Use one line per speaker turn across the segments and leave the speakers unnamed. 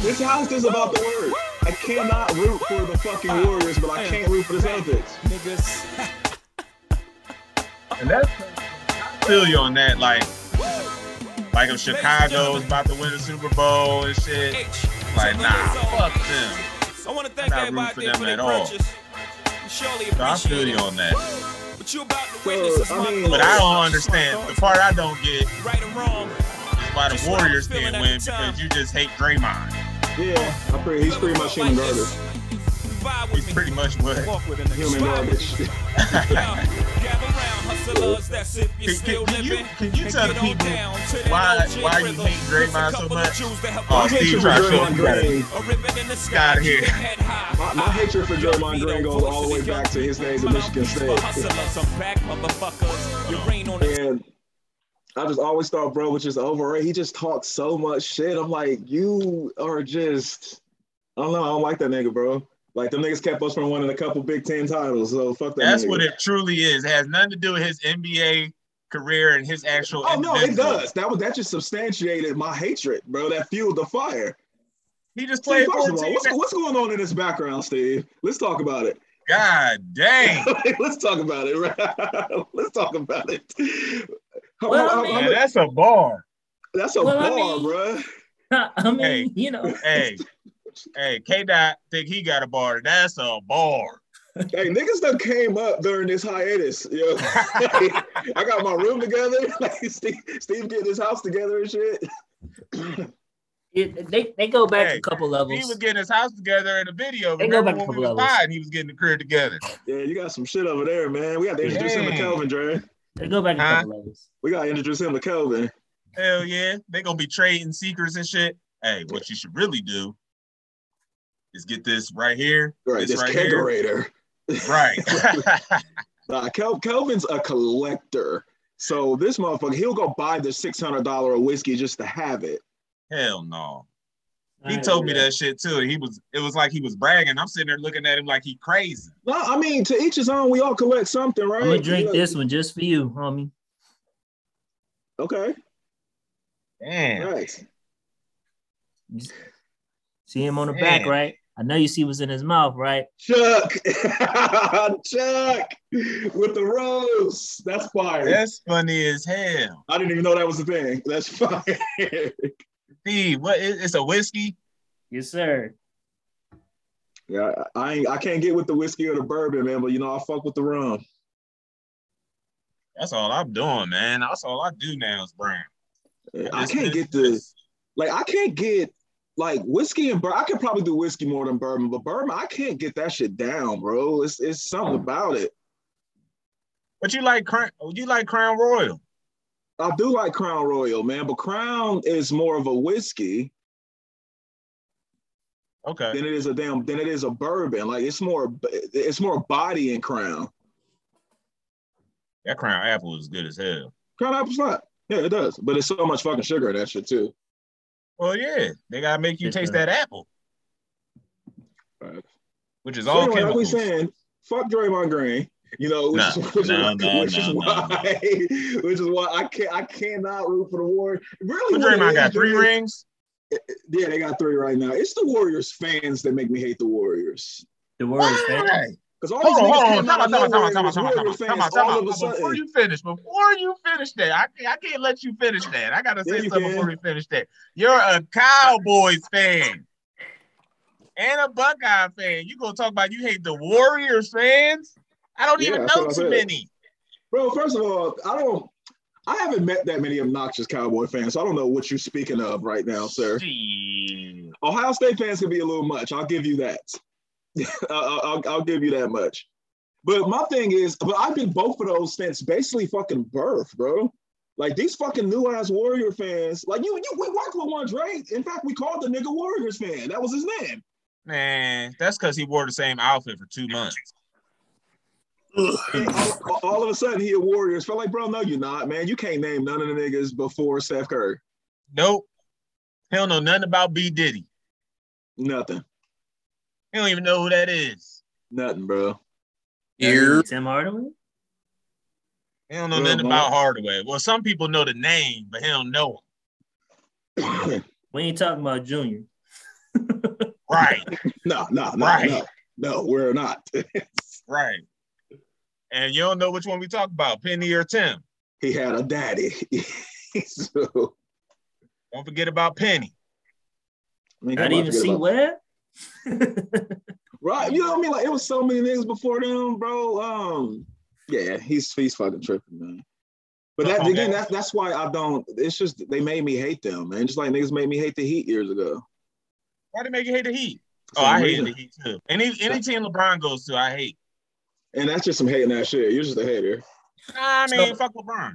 This house is about the word. I cannot root for the fucking Warriors, but I can't root for the Celtics.
Niggas.
And that's I feel you on that. Like, like if Chicago's about to win the Super Bowl and shit,
H.
like
Timberwalks
nah,
on.
fuck them.
I want to
I'm
thank
not
everybody
rooting for
for
them
their
at all.
purchase. You surely
So I feel
appreciate
you
it.
on that.
But you about to
So,
witness is
I
my
mean-
glory.
But I don't understand the part I don't get is
Right or wrong,
why the Warriors didn't win because you just hate Draymond.
Yeah, I pretty, he's pretty much human
Like
garbage.
this. Vibe with
He's
me.
pretty much what.
Walk with a nigga.
Human garbage.
Yeah. Gather round, hustlers, that's if you're
Can-
still
can you-
living.
can you
And
tell
get
the
on
people
down to that
why-
OG
why you
rhythm.
hate
There's a
Draymond so
couple of
much?
Jews that help
Oh,
My
us
Steve
hatred for
tried to show
Draymond
me that.
Green.
A ribbon in the sky.
outta here.
keep your head
My,
high.
my hatred for Draymond
Young
Green
Vito,
goes all the way
voices
back to his
young
days at
people,
Michigan
mouthpiece
State.
for hustlers. I'm back, motherfuckers. You rain on the
And I just always thought, bro, which is overrated. He just talks so much shit. I'm like, you are just, I don't know. I don't like that nigga, bro. Like, them niggas kept us from winning a couple Big Ten titles. So fuck that.
That's
nigga.
what it truly is. It has nothing to do with his NBA career and his actual.
Oh no, it
individual.
does. That was that just substantiated my hatred, bro. That fueled the fire.
He just
Steve,
played
first of all,
14.
what's, what's going on in this background, Steve? Let's talk about it.
God dang.
Let's talk about it. right? Let's talk about it. How-
Well,
how-
I
how-
mean-
Man, that's a bar.
that's a
well, I
bar,
mean-
bro.
I mean,
Hey.
you know,
Hey, hey, K Dot think he got a bar. That's a bar.
Hey, niggas done came up during this hiatus. Yo. I got my room together. Like Steve, Steve getting his house together and shit.
it, they they go back
Hey,
a couple
He was
levels.
getting his house together in a video.
They go
Remember when
back to
we was
levels.
five and he was getting the career together.
Yeah, you got some shit over there, man. We got to introduce him to
Hey.
Kelvin, Dre.
They go back a
Huh?
couple levels.
We got to introduce him to Kelvin.
Hell yeah. They gonna be trading secrets and shit. Hey, what you should really do is get this right here.
Right, this
right here.
kegerator.
Right.
Nah, Kel- Kelvin's a collector. So this motherfucker, he'll go buy the six hundred dollar whiskey just to have it.
Hell no. He
Alright,
told me
yeah.
that shit too. He was it was like he was bragging. I'm sitting there looking at him like he crazy.
No, I mean to each his own. We all collect something, right?
I'm gonna drink
Yeah.
this one just for you, homie.
Okay,
Damn.
right.
See him on the back,
Man.
right? I know you see what's in his mouth, right?
Chuck, Chuck, with the rose. That's fire.
That's funny as hell.
I didn't even know that was a thing. That's fire.
Steve, what is it's a whiskey?
Yes, sir.
yeah, I ain't, I can't get with the whiskey or the bourbon, man. But you know, I fuck with the rum.
That's all I'm doing, man. That's all I do now is brand.
I can't
This- this-
get the.
this-
like I can't get like whiskey and bourbon. I could probably do whiskey more than bourbon, but bourbon I can't get that shit down, bro. It's it's something about it.
But you like Crown you like Crown Royal.
I do like Crown Royal, man, but Crown is more of a whiskey
Okay.
than it is a damn than it is a bourbon. Like it's more it's more body in Crown.
That Crown Apple is good as hell.
Crown apple slot. Yeah, it does, but it's so much fucking sugar in that shit too.
Well, yeah, they gotta make you
Yes,
taste
sir.
that apple,
Right.
which is
So
all
anyway, like we
chemicals.
saying, fuck Draymond Green. You know, which,
Nah,
is, which,
nah,
is,
nah,
which is
nah,
why,
nah,
which is why I can't, I cannot root for the Warriors. Really,
But
what it
Draymond got
is,
three
Dre-
rings.
Yeah, they got three right now. It's the Warriors fans that make me hate the Warriors.
The words, man.
Why?
Because all
Hold
these
on,
niggas
hold on,
came out
time out,
of
time out,
nowhere
time
and
out,
was
time out, time
Warrior
out, time
fans
out, time
all
out.
of a
Before
sudden.
you finish, before you finish that, I can't, I can't let you finish that. I gotta
Yeah,
say
you
something
can.
before you finish that. You're a Cowboys fan and a Buckeye fan. You gonna talk about you hate the Warriors fans? I don't
Yeah,
even
that's
know
what I
too
said.
many.
Bro, first of all, I don't. I haven't met that many obnoxious Cowboy fans, so I don't know what you're speaking of right now, sir.
Shit.
Ohio State fans can be a little much. I'll give you that. I'll, I'll, I'll give you that much. But my thing is, but I've been both of those since basically fucking birth, bro. Like these fucking new ass Warrior fans, like you, you, we worked with one Dre. In fact, we called the nigga Warriors fan. That was his name.
Man, that's because he wore the same outfit for two months.
And all, all of a sudden, he a Warriors. Felt like, bro, no, you're not, man. You can't name none of the niggas before Steph Curry.
Nope. He don't know nothing about B Diddy.
Nothing,
He don't even know who that is.
nothing, bro.
Here.
Tim Hardaway.
He don't know
Well,
nothing
Mike-
about Hardaway. Well, some people know the name, but he don't know him.
We ain't talking about Junior.
Right,
No, no, no,
Right.
no, no, we're not.
right. And you don't know which one we talk about, Penny or Tim.
he had a daddy. so,
Don't forget about Penny.
I mean,
Not
come on,
even
forget
see
about-
where.
Right, you know what I mean? Like it was so many niggas before them, bro. Um, yeah, he's he's fucking tripping, man. But that
Okay.
again, that's that's why I don't. It's just they made me hate them, man. Just like niggas made me hate the Heat years ago.
Why they make you hate the Heat?
For
Oh,
some
I hate
reason.
the Heat too. Any any team LeBron goes to, I hate.
And that's just some hating that shit. You're just a hater.
Nah, I mean,
So-
fuck LeBron.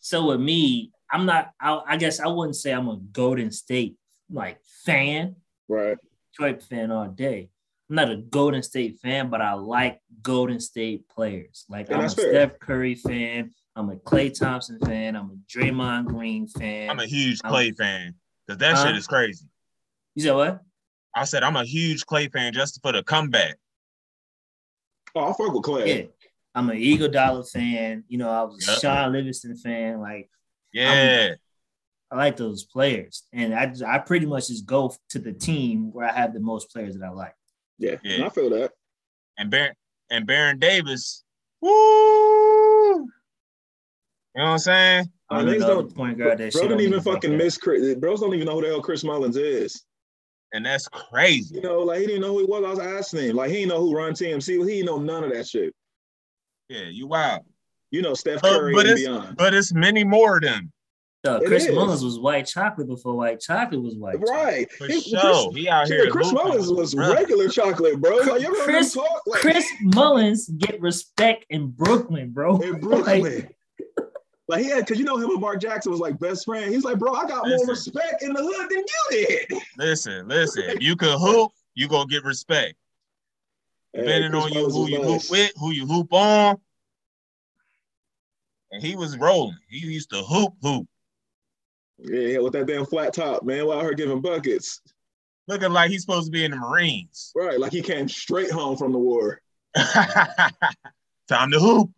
So with me, I'm not. I, I guess I wouldn't say I'm a Golden State like fan,
Right.
Detroit fan all day. I'm not a Golden State fan, but I like Golden State players. Like
Yeah,
I'm a
that's fair.
Steph Curry fan. I'm a Clay Thompson fan. I'm a Draymond Green fan.
I'm a huge
I'm-
Clay fan because that
Huh?
shit is crazy.
you said what?
I said I'm a huge Clay fan just for the comeback.
Oh, I fuck with Clay.
Yeah. I'm an Eagle Dollar fan. You know, I was a
Yep.
Sean Livingston fan. Like
Yeah,
I like those players, and I just, I pretty much just go to the team where I have the most players that I like.
Yeah,
Yeah.
and I feel that.
and Baron and Baron Davis. Woo! You know what I'm saying?
I
Oh,
don't
niggas
know the
don't-
point guard that
Bro
shit
don't even
fuck
fucking
that.
miss Chris. Bros don't even know who the hell Chris Mullins is.
And that's crazy.
You know, like he didn't know who he was. I was asking him. Like he didn't know who Run TMC. was. He didn't know none of that shit.
Yeah, you wild.
You know Steph
But-
Curry
Uh, but
and
it's-
beyond.
But it's many more of them.
Uh,
It
Chris
is.
Mullins was white chocolate before white chocolate was white. chocolate.
Right.
For
He- Chris-
sure. He out
Shit,
here.
Chris
hooping
Mullins
with
was
his brother.
regular chocolate, bro. Like, you
Chris-
Chris, talk like
Chris Mullins get respect in Brooklyn, bro.
in Brooklyn.
Like,
Like, he had, cause you know him and Mark Jackson was like best friend. He's like, bro, I got more
Listen.
respect in the hood than you did.
Listen, listen. If you could hoop, you gonna get respect. Depending
Chris
on you
Mullins
who
was
you hoop
nice.
with, who you hoop on. And he was rolling. He used to hoop hoop.
Yeah, yeah, with that damn flat top, man. While her giving buckets,
Looking like he's supposed to be in the Marines.
right? Like he came straight home from the war.
Time to hoop.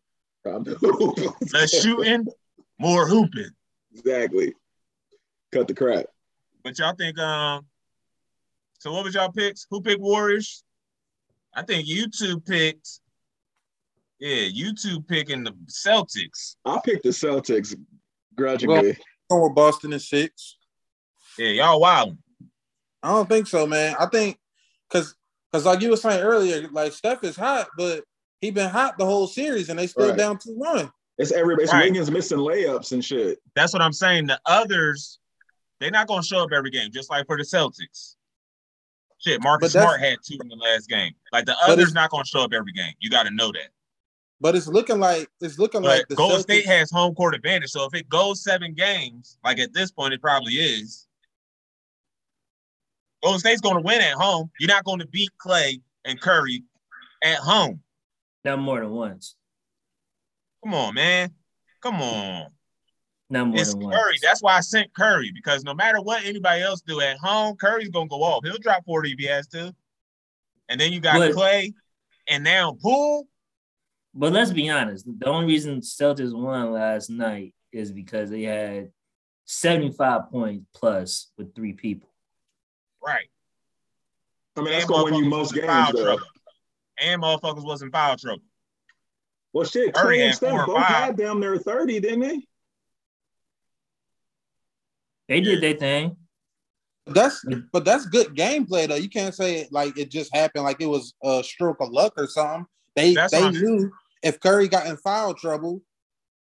Time to hoop.
Less shooting, more hooping.
exactly. Cut the crap.
But y'all think um so what was y'all picks? Who picked Warriors? I think you two picked. Yeah, you two picking the Celtics.
I picked the Celtics grudgingly.
going with Boston in six.
Yeah, y'all wild.
I don't think so, man. I think because because like you were saying earlier, like Steph is hot, but he been hot the whole series, and they still
Right.
down two one.
it's everybody. It's
Right.
Wiggins missing layups and shit.
That's what I'm saying. The others, they're not gonna show up every game, just like for the Celtics. Shit, Marcus
But that's-
Smart had two in the last game. Like the
But
others
it's-
not gonna show up every game. You gotta know that.
But it's looking like it's looking
But
like the
Golden
Celtics-
State has home court advantage. So if it goes seven games, like at this point, it probably is. Golden State's going to win at home. You're not going to beat Clay and Curry at home.
not more than once.
Come on, man. Come on.
Not more
It's
than
Curry.
once.
That's why I sent Curry because no matter what anybody else do at home, Curry's going to go off. He'll drop 40 if he has to. And then you got
But-
Clay and now Poole.
But let's be honest. The only reason Celtics won last night is because they had 75 points plus with three people.
Right.
I mean,
And
that's gonna win you
motherfuckers
most
was
games,
in foul
though.
trouble. And motherfuckers was in foul trouble.
Well, shit,
Curry
Clay and
had four
Steph
or
both
five.
had damn near thirty, didn't they?
They did their thing.
That's but that's good gameplay though. You can't say it like it just happened, like it was a stroke of luck or something. They
That's what
they
I'm-
knew if Curry got in foul trouble,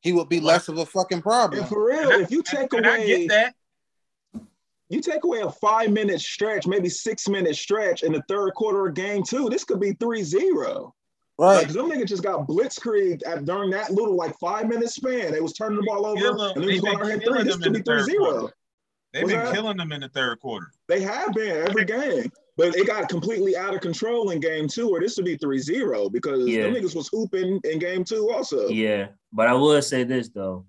he would be
What?
less of a fucking problem.
And for real,
And I-
if you take
and I
away
get that.
you take away a five minute stretch, maybe six minute stretch in the third quarter of game two, this could be 3-0.
Right.
Like them niggas just got blitzkrieged at during that little like five minute span. They was turning the ball over
Killing-
and then
they
was going
been
out here
killing
three. This
them
could be
in the third
3-0.
quarter. They've
What's
been
that?
killing them in the third quarter.
They have been every game. But it got completely out of control in game two, or this would be 3-0 because
Yeah.
them niggas was hooping in game two also.
Yeah. But I will say this though.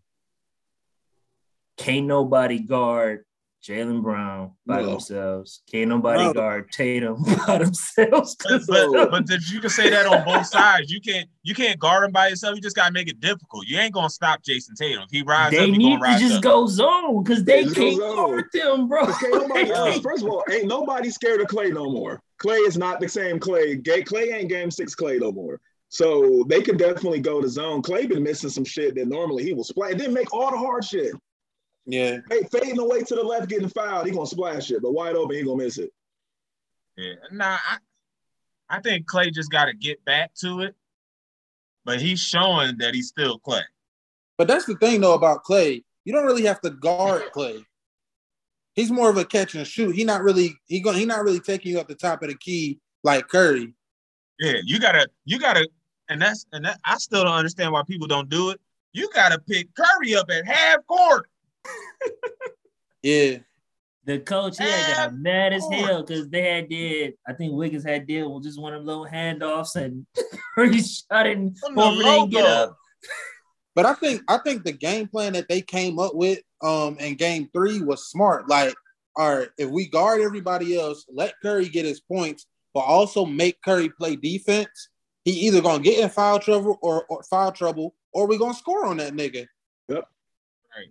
Can't nobody guard Jalen Brown by
No.
themselves. Can't nobody
No.
guard Tatum by themselves.
But,
'cause
but, but that you can say that on both sides. You can't you can't guard him by yourself. You just gotta make it difficult. You ain't gonna stop Jason Tatum. If he rides up,
they
he
need
gonna
to
rise
just
up.
go zone because they
Just go
can't
zone.
guard them, bro.
Cause can't nobody else.
Yeah.
First of all, ain't nobody scared of Clay no more. Clay is not the same Clay. Ga- Clay ain't game six Clay no more. So they could definitely go to zone. Clay been missing some shit that normally he will splash. Didn't make all the hard shit.
Yeah.
Hey, fading away to the left, getting fouled. He gonna splash it, but wide open, he gonna miss it.
Yeah. Nah, I, I think Clay just gotta get back to it. But he's showing that he's still Clay.
But that's the thing though about Clay. You don't really have to guard Clay. He's more of a catch and shoot. He not really he going he not really taking you up the top of the key like Curry.
Yeah, you gotta, you gotta, and that's and that I still don't understand why people don't do it. You gotta pick Curry up at half court.
Yeah.
The coach here got
Of
mad as hell
course.
because they had did. I think Wiggins had did with just one of them little handoffs and he shot it and
From the
over they get
logo.
up.
But I think I think the game plan that they came up with um in game three was smart. Like, all right, if we guard everybody else, let Curry get his points, but also make Curry play defense. He either gonna get in foul trouble or, or foul trouble, or we gonna score on that nigga.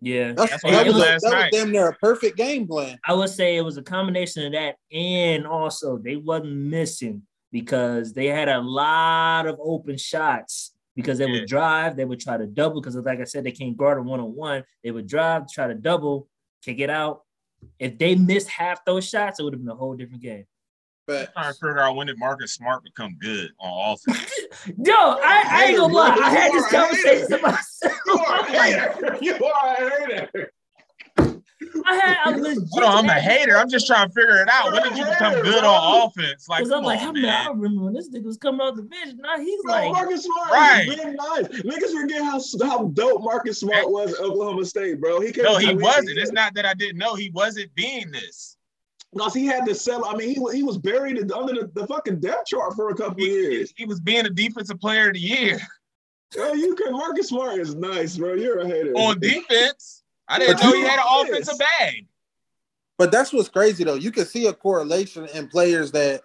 Yeah.
That's,
That's what
that,
happened
was, a-
last
that was
night.
damn near a perfect game plan.
I would say it was a combination of that, and also they wasn't missing because they had a lot of open shots because they
Yeah.
would drive, they would try to double because, like I said, they can't guard a one on one. They would drive, try to double, kick it out. If they missed half those shots, it would have been a whole different game.
But
Trying to figure out when did Marcus Smart become good on offense.
Yo, I, I ain't gonna lie, I had this conversation to myself.
You are a hater. You are a hater.
I had a legit.
Hold on, I'm a hater. I'm just trying to figure it out. When did you become good on offense? Like,
Because
come
I'm like,
on,
I remember, I
man.
remember when this nigga was coming off the bench. Now he's
Bro,
like,
Marcus Smart
Right.
has been nice. Niggas forget how, how dope Marcus Smart was at Oklahoma State, bro. He
No, he wasn't. It's not that I didn't know he wasn't being this.
because he had to sell. I mean, he was he was buried in- under the, the fucking depth chart for a couple of
He,
years.
he was being a defensive player of the year
Yo, you can Marcus Smart is nice, bro. You're a hater.
on defense. I didn't
But
know
you
he had an
know
offensive
this.
bag.
But that's what's crazy though. You can see a correlation in players that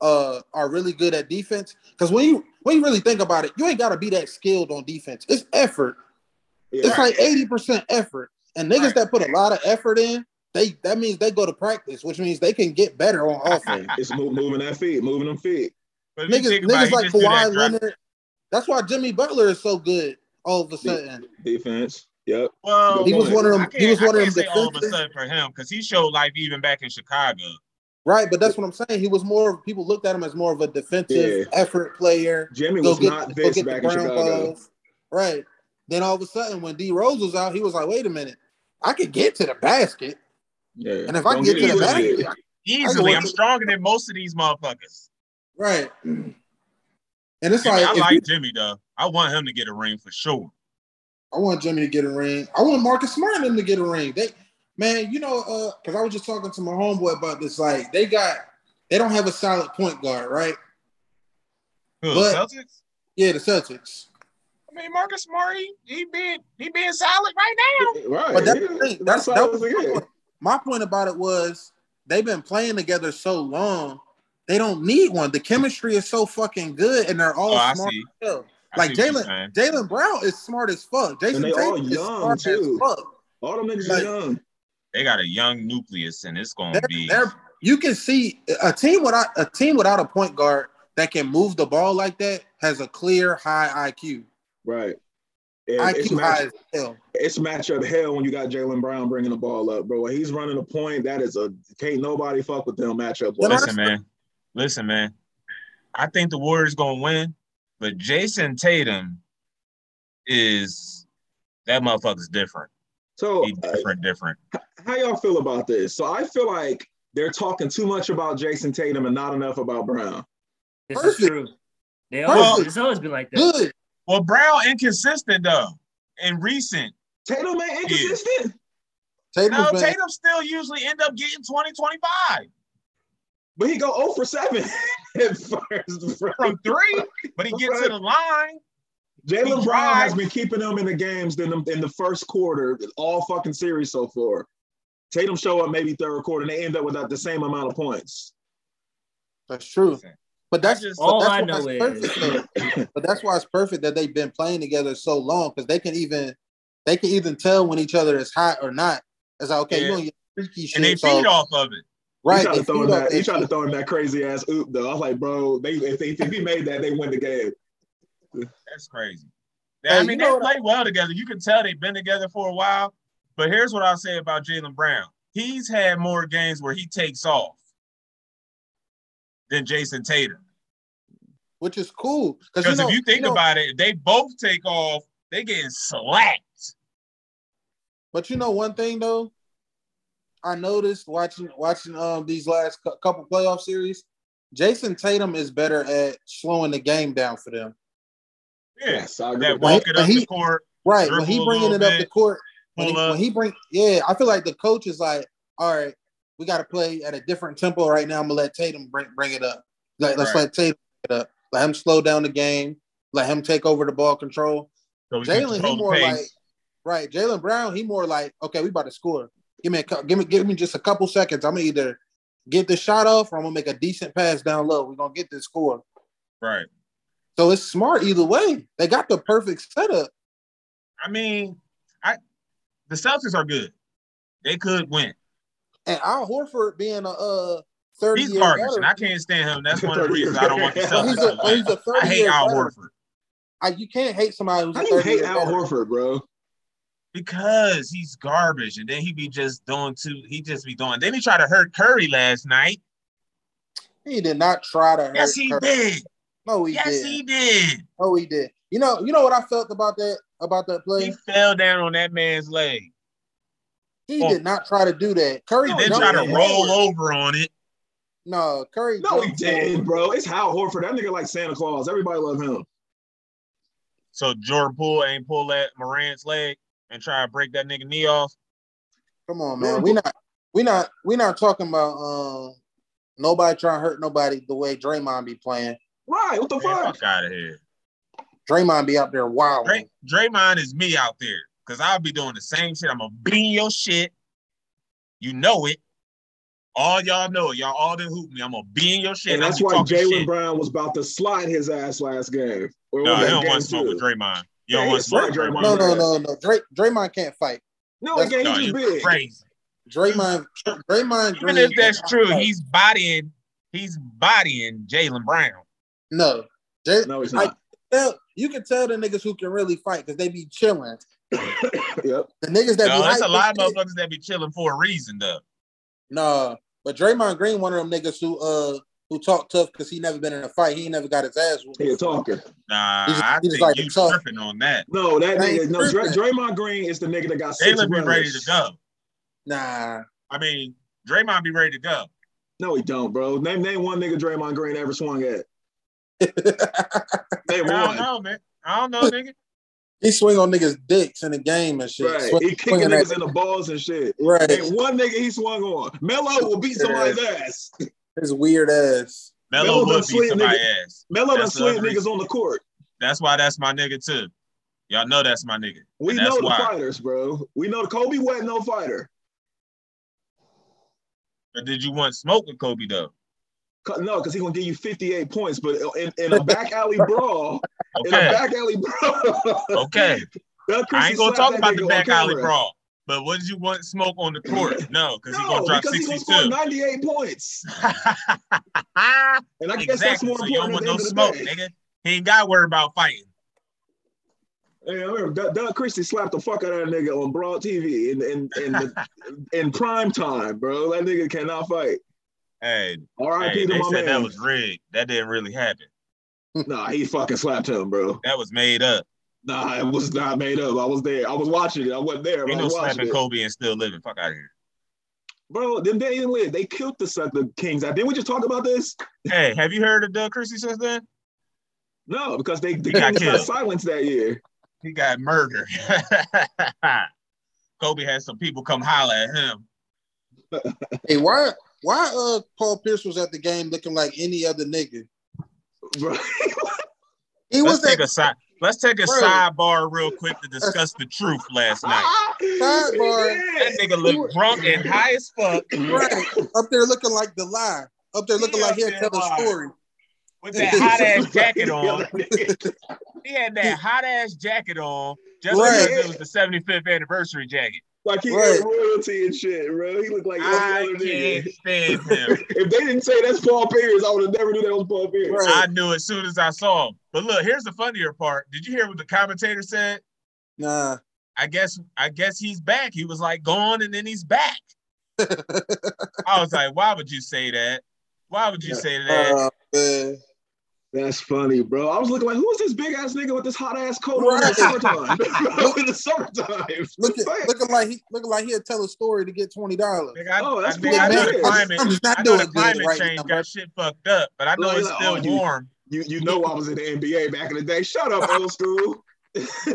uh are really good at defense. Because when you when you really think about it, you ain't gotta be that skilled on defense. It's effort.
Yeah.
It's like eighty percent effort. And niggas
Right.
that put a lot of effort in, they that means they go to practice, which means they can get better on offense.
It's mo- moving that feet, moving them feet.
But if you
niggas
think about it,
niggas
he
like
just do that
Kawhi
drive-
Leonard. That's why Jimmy Butler is so good all of a sudden.
Defense. Yep.
Well,
He was
one of them-
I
he
can't-
was
I
one of
can't
them
say all of a
defensive-
sudden for him because he showed life even back in Chicago.
Right, but that's what I'm saying. He was more people looked at him as more of a defensive effort player.
Jimmy
Go
was
get-
not
go
this
get the
back in
brown
Chicago.
balls. Right. Then all of a sudden, when D Rose was out, he was like, "Wait a minute, I could get to the basket,
Yeah.
and if I
Don't
can get to
it
the
twisted.
basket, I-
Easily,
work
I'm
it.
stronger than most of these motherfuckers.
right." And it's
Jimmy,
like,
I
if
like
you-
Jimmy though. I want him to get a ring for sure.
I want Jimmy to get a ring. I want Marcus Smart and them to get a ring. They, man, you know, uh, because I was just talking to my homeboy about this. Like, they got, they don't have a solid point guard, right?
Who,
But-
Celtics?
Yeah, the Celtics.
I mean, Marcus Smart, he, he being he being solid right now.
Right.
But that's
yeah.
the thing. That's,
That's
that
how
was
it
my
is.
point. My point about it was they've been playing together so long, they don't need one. The chemistry is so fucking good, and they're all
Oh, I
smart.
see.
as hell.
I
Like
see what you're
Jalen,
saying.
Jalen Brown is smart as fuck. Jason
they all
Tatum is
young,
smart
too.
as fuck.
All them niggas
Like-
are young.
They got a young nucleus, and it's gonna
They're,
be
they're, you can see a team without a team without a point guard that can move the ball like that has a clear high IQ.
Right. And it's,
IQ
match,
high as hell.
it's matchup hell when you got Jalen Brown bringing the ball up, bro. When he's running a point, that is a can't nobody fuck with them matchup.
Then I-
wise.
Listen, man. Listen, man. I think the Warriors gonna win, but Jason Tatum is that motherfucker's different.
So
He
uh,
different, different.
how y'all feel about this? So I feel like they're talking too much about Jason Tatum and not enough about Brown.
this
Perfect.
is true. They always,
Well-
it's always been like that.
Good.
Well, Brown inconsistent though. In recent,
Tatum ain't inconsistent.
Tatum's
no,
been-
Tatum still usually end up getting 20, 25
But he go 0 for 7 at first. bro.
from three, but he gets to the line.
Jalen
He
Brown
tried.
has been keeping them in the games in the, in the first quarter, all fucking series so far. Tatum show up maybe third quarter and they end up with about the same amount of points.
That's true. But
That's
that's
just-
just but
All
that's
I
why
know
it's perfect. though. but that's why it's perfect that they've been playing together so long because they can even they can even tell when each other is hot or not. It's like okay,
Yeah.
you on your freaky shit,
and they
so-
feed off of it.
Right. He
right?
tried,
They
to throw,
feed
in
off
that, he
that
tried to
shit.
throw in that crazy ass oop though. I was like, bro, they if, they, if he made that, they win the game.
That's crazy.
Hey,
I
you
mean,
know
they
what I-
play well together. You can tell they've been together for a while. But here's what I'll say about Jalen Brown. He's had more games where he takes off than Jason Tatum.
which is cool because
Because
you know,
if you think
know-
about it, if they both take off, they getting slacked.
But you know one thing though, I noticed watching watching um these last cou- couple playoff series, Jason Tatum is better at slowing the game down for them.
Yeah.
Yes, I agree.
That
with that.
walk it up
He-
the court,
Right when he
Dribble a
bringing it
little
up the
bit,
court, when he,
pull up.
when he bring yeah, I feel like the coach is like, all right, we got to play at a different tempo right now. I'm gonna let Tatum bring bring it up. Like, let's
Right.
let Tatum bring it up. Let him slow down the game. Let him take over the ball control.
So we can
Jalen,
control
he
the
more
pace.
like right. Jalen Brown, he more like okay, we about to score. Give me a cou- give me give me just a couple seconds. I'm gonna either get the shot off or I'm gonna make a decent pass down low. We're gonna get this score.
right.
So it's smart either way. They got the perfect setup.
I mean, I the Celtics are good. They could win.
And Al Horford being a uh, 30
He's
year
garbage,
veteran,
and I can't stand him. That's one of the reasons I don't want the
Well,
Well,
Celtics
he's a,
to
well,
win.
he's a 30
I hate
year
Al
veteran.
Horford
I, you can't hate somebody who's
How
a
do you
30
hate
year
Al
veteran.
Horford, bro?
because he's garbage, and then he be just doing too. He just be doing. Then he tried to hurt Curry last night.
He did not try to hurt.
Yes, he
her.
did.
No, he
Yes,
did.
he did.
No, he did. You know, you know what I felt about that about that
He
play.
fell down on that man's leg,
He
Oh.
did not try to do that. Curry
and
jumped.
then try to
he
roll over on it.
No, Curry.
No, he
jumped
didn't,
forward.
bro. It's Hal Horford. That nigga like Santa Claus. Everybody love him.
So Jordan Poole ain't pull that Morant's leg and try to break that nigga knee off.
Come on, man. We not. We not. We not talking about um nobody trying to hurt nobody the way Draymond be playing.
Right. What the
Man,
fuck?
fuck out of here.
Draymond be out there wild.
Dray- Draymond is me out there because I'll be doing the same shit. I'm gonna beat your shit. You know it. All y'all know it. Y'all all done hoop me. I'm gonna be in your shit.
And
I'll
that's
be
why
talking
Jalen
shit.
Brown was about to slide his ass last game. Or
No,
was
you
that
don't
game
want to smoke
two?
with Draymond.
Yeah, he
You don't want to
was
smoke with
smart,
Draymond.
No, no, no, no. Dray, Draymond can't fight.
No, that game
That's-
No,
too
you
big.
crazy.
Draymond. Draymond.
Even
Green
if that's
cannot
true,
fight.
he's bodying, he's bodying Jalen Brown.
no. Jay,
No, he's
I-
not.
tell, you can tell the niggas who can really fight because they be chilling.
yep.
The niggas that
No,
be
that's a
hyped
lot of
and shit,
motherfuckers that be chilling for a reason, though.
No, but Draymond Green, one of them niggas who uh who talk tough because he never been in a fight. He ain't never got his ass whooped.
He a talker.
Nah,
He just-
I
he just
think
like
you
to talk.
tripping on that.
No, that
Hey,
nigga. No, Dra-
listen.
Draymond Green is the nigga that got six
Jalen be
rings.
ready to go.
Nah,
I mean, Draymond be ready to go.
No, he don't, bro. Name name one nigga Draymond Green ever swung at. Name
I don't
one.
know, man. I don't know, nigga.
he swing on niggas' dicks in the game and shit.
Right.
Swing-
He kicking
swinging at-
niggas in the balls and shit.
right.
Name one nigga he swung on. Melo will beat somebody's ass.
His weird ass.
Melo
Melo
done
would beat
slid,
somebody ass.
Melo done
That's the
slid
other
niggas
reason.
on the court.
That's why that's my nigga too. Y'all know that's my nigga.
We
And that's
know the
why.
fighters, bro. We know Kobe wasn't no fighter.
But did you want smoke with Kobe though?
'Cause- No, because he gonna give you 58 points, but in, in a back alley brawl, in a
Okay,
back alley brawl,
okay.
Doug
I
Christie
ain't
slapped
gonna talk
that
about
nigga
the
on
back alley
camera.
brawl. But what did you want smoke on the court? No, because he
No,
gonna drop
because he gonna score
62.
98 points, and I guess that's
exactly.
more
So you don't
important at
want
the
no
end of
smoke,
the day.
nigga. He ain't got to worry about fighting.
Hey, I remember Doug, Doug Christie slapped the fuck out of that nigga on broad TV in in in, the, in prime time, bro. That nigga cannot fight.
Hey,
R.I.P.
hey
to
they
my
said that
man.
was rigged. That didn't really happen.
Nah, he fucking slapped him, bro.
That was made up.
Nah, it was not made up. I was there. I was watching it. I wasn't there, but
Ain't
I
no
was watching
slapping
it.
Kobe and still living. Fuck out of here.
Bro, then they didn't live. They killed the Sucker Kings. Didn't we just talk about this?
Hey, have you heard of Doug Christie since then?
No, because they the
He got
Kings got
killed.
silenced that year.
He got murdered. Kobe had some people come holler at him.
Hey, why why uh Paul Pierce was at the game looking like any other nigga?
Bro.
He
Let's
was
take
at
a side. Let's take a
Bro.
sidebar real quick to discuss the truth last night.
Sidebar.
That nigga looked drunk and high as fuck
Right. Up there looking like the lie. Up there looking
Yeah,
like he'll
man,
tell
lie.
a story.
with that hot ass jacket on. He had that hot ass jacket on just
Right.
because it was the 75th anniversary jacket.
Like he
Right.
had royalty and shit, bro. He looked like
I
every other
can't
nigga.
stand him.
If they didn't say that's Paul Pierce, I would have never knew that was Paul Pierce.
Right.
I knew as soon as I saw him. But look, here's the funnier part. Did you hear what the commentator said?
Nah.
I guess I guess he's back. He was like gone and then he's back. I was like, why would you say that? Why would you
Yeah.
say that?
Uh, man.
That's funny, bro. I was looking like, who is this big ass nigga with this hot ass coat on in the
Right.
summertime? in the summertime.
Look at,
Fuck.
looking like he looking like he'll tell a story to get twenty dollars.
Nigga, I,
Oh,
I
that's
think
what
I know
it
the
is.
climate.
I'm just not
I know the
doing good
climate
right
change
now, bro.
got shit fucked up, but I know
Like,
it's
like,
still
oh, you-
warm.
You you know I was in the NBA back in the day. Shut up, old school.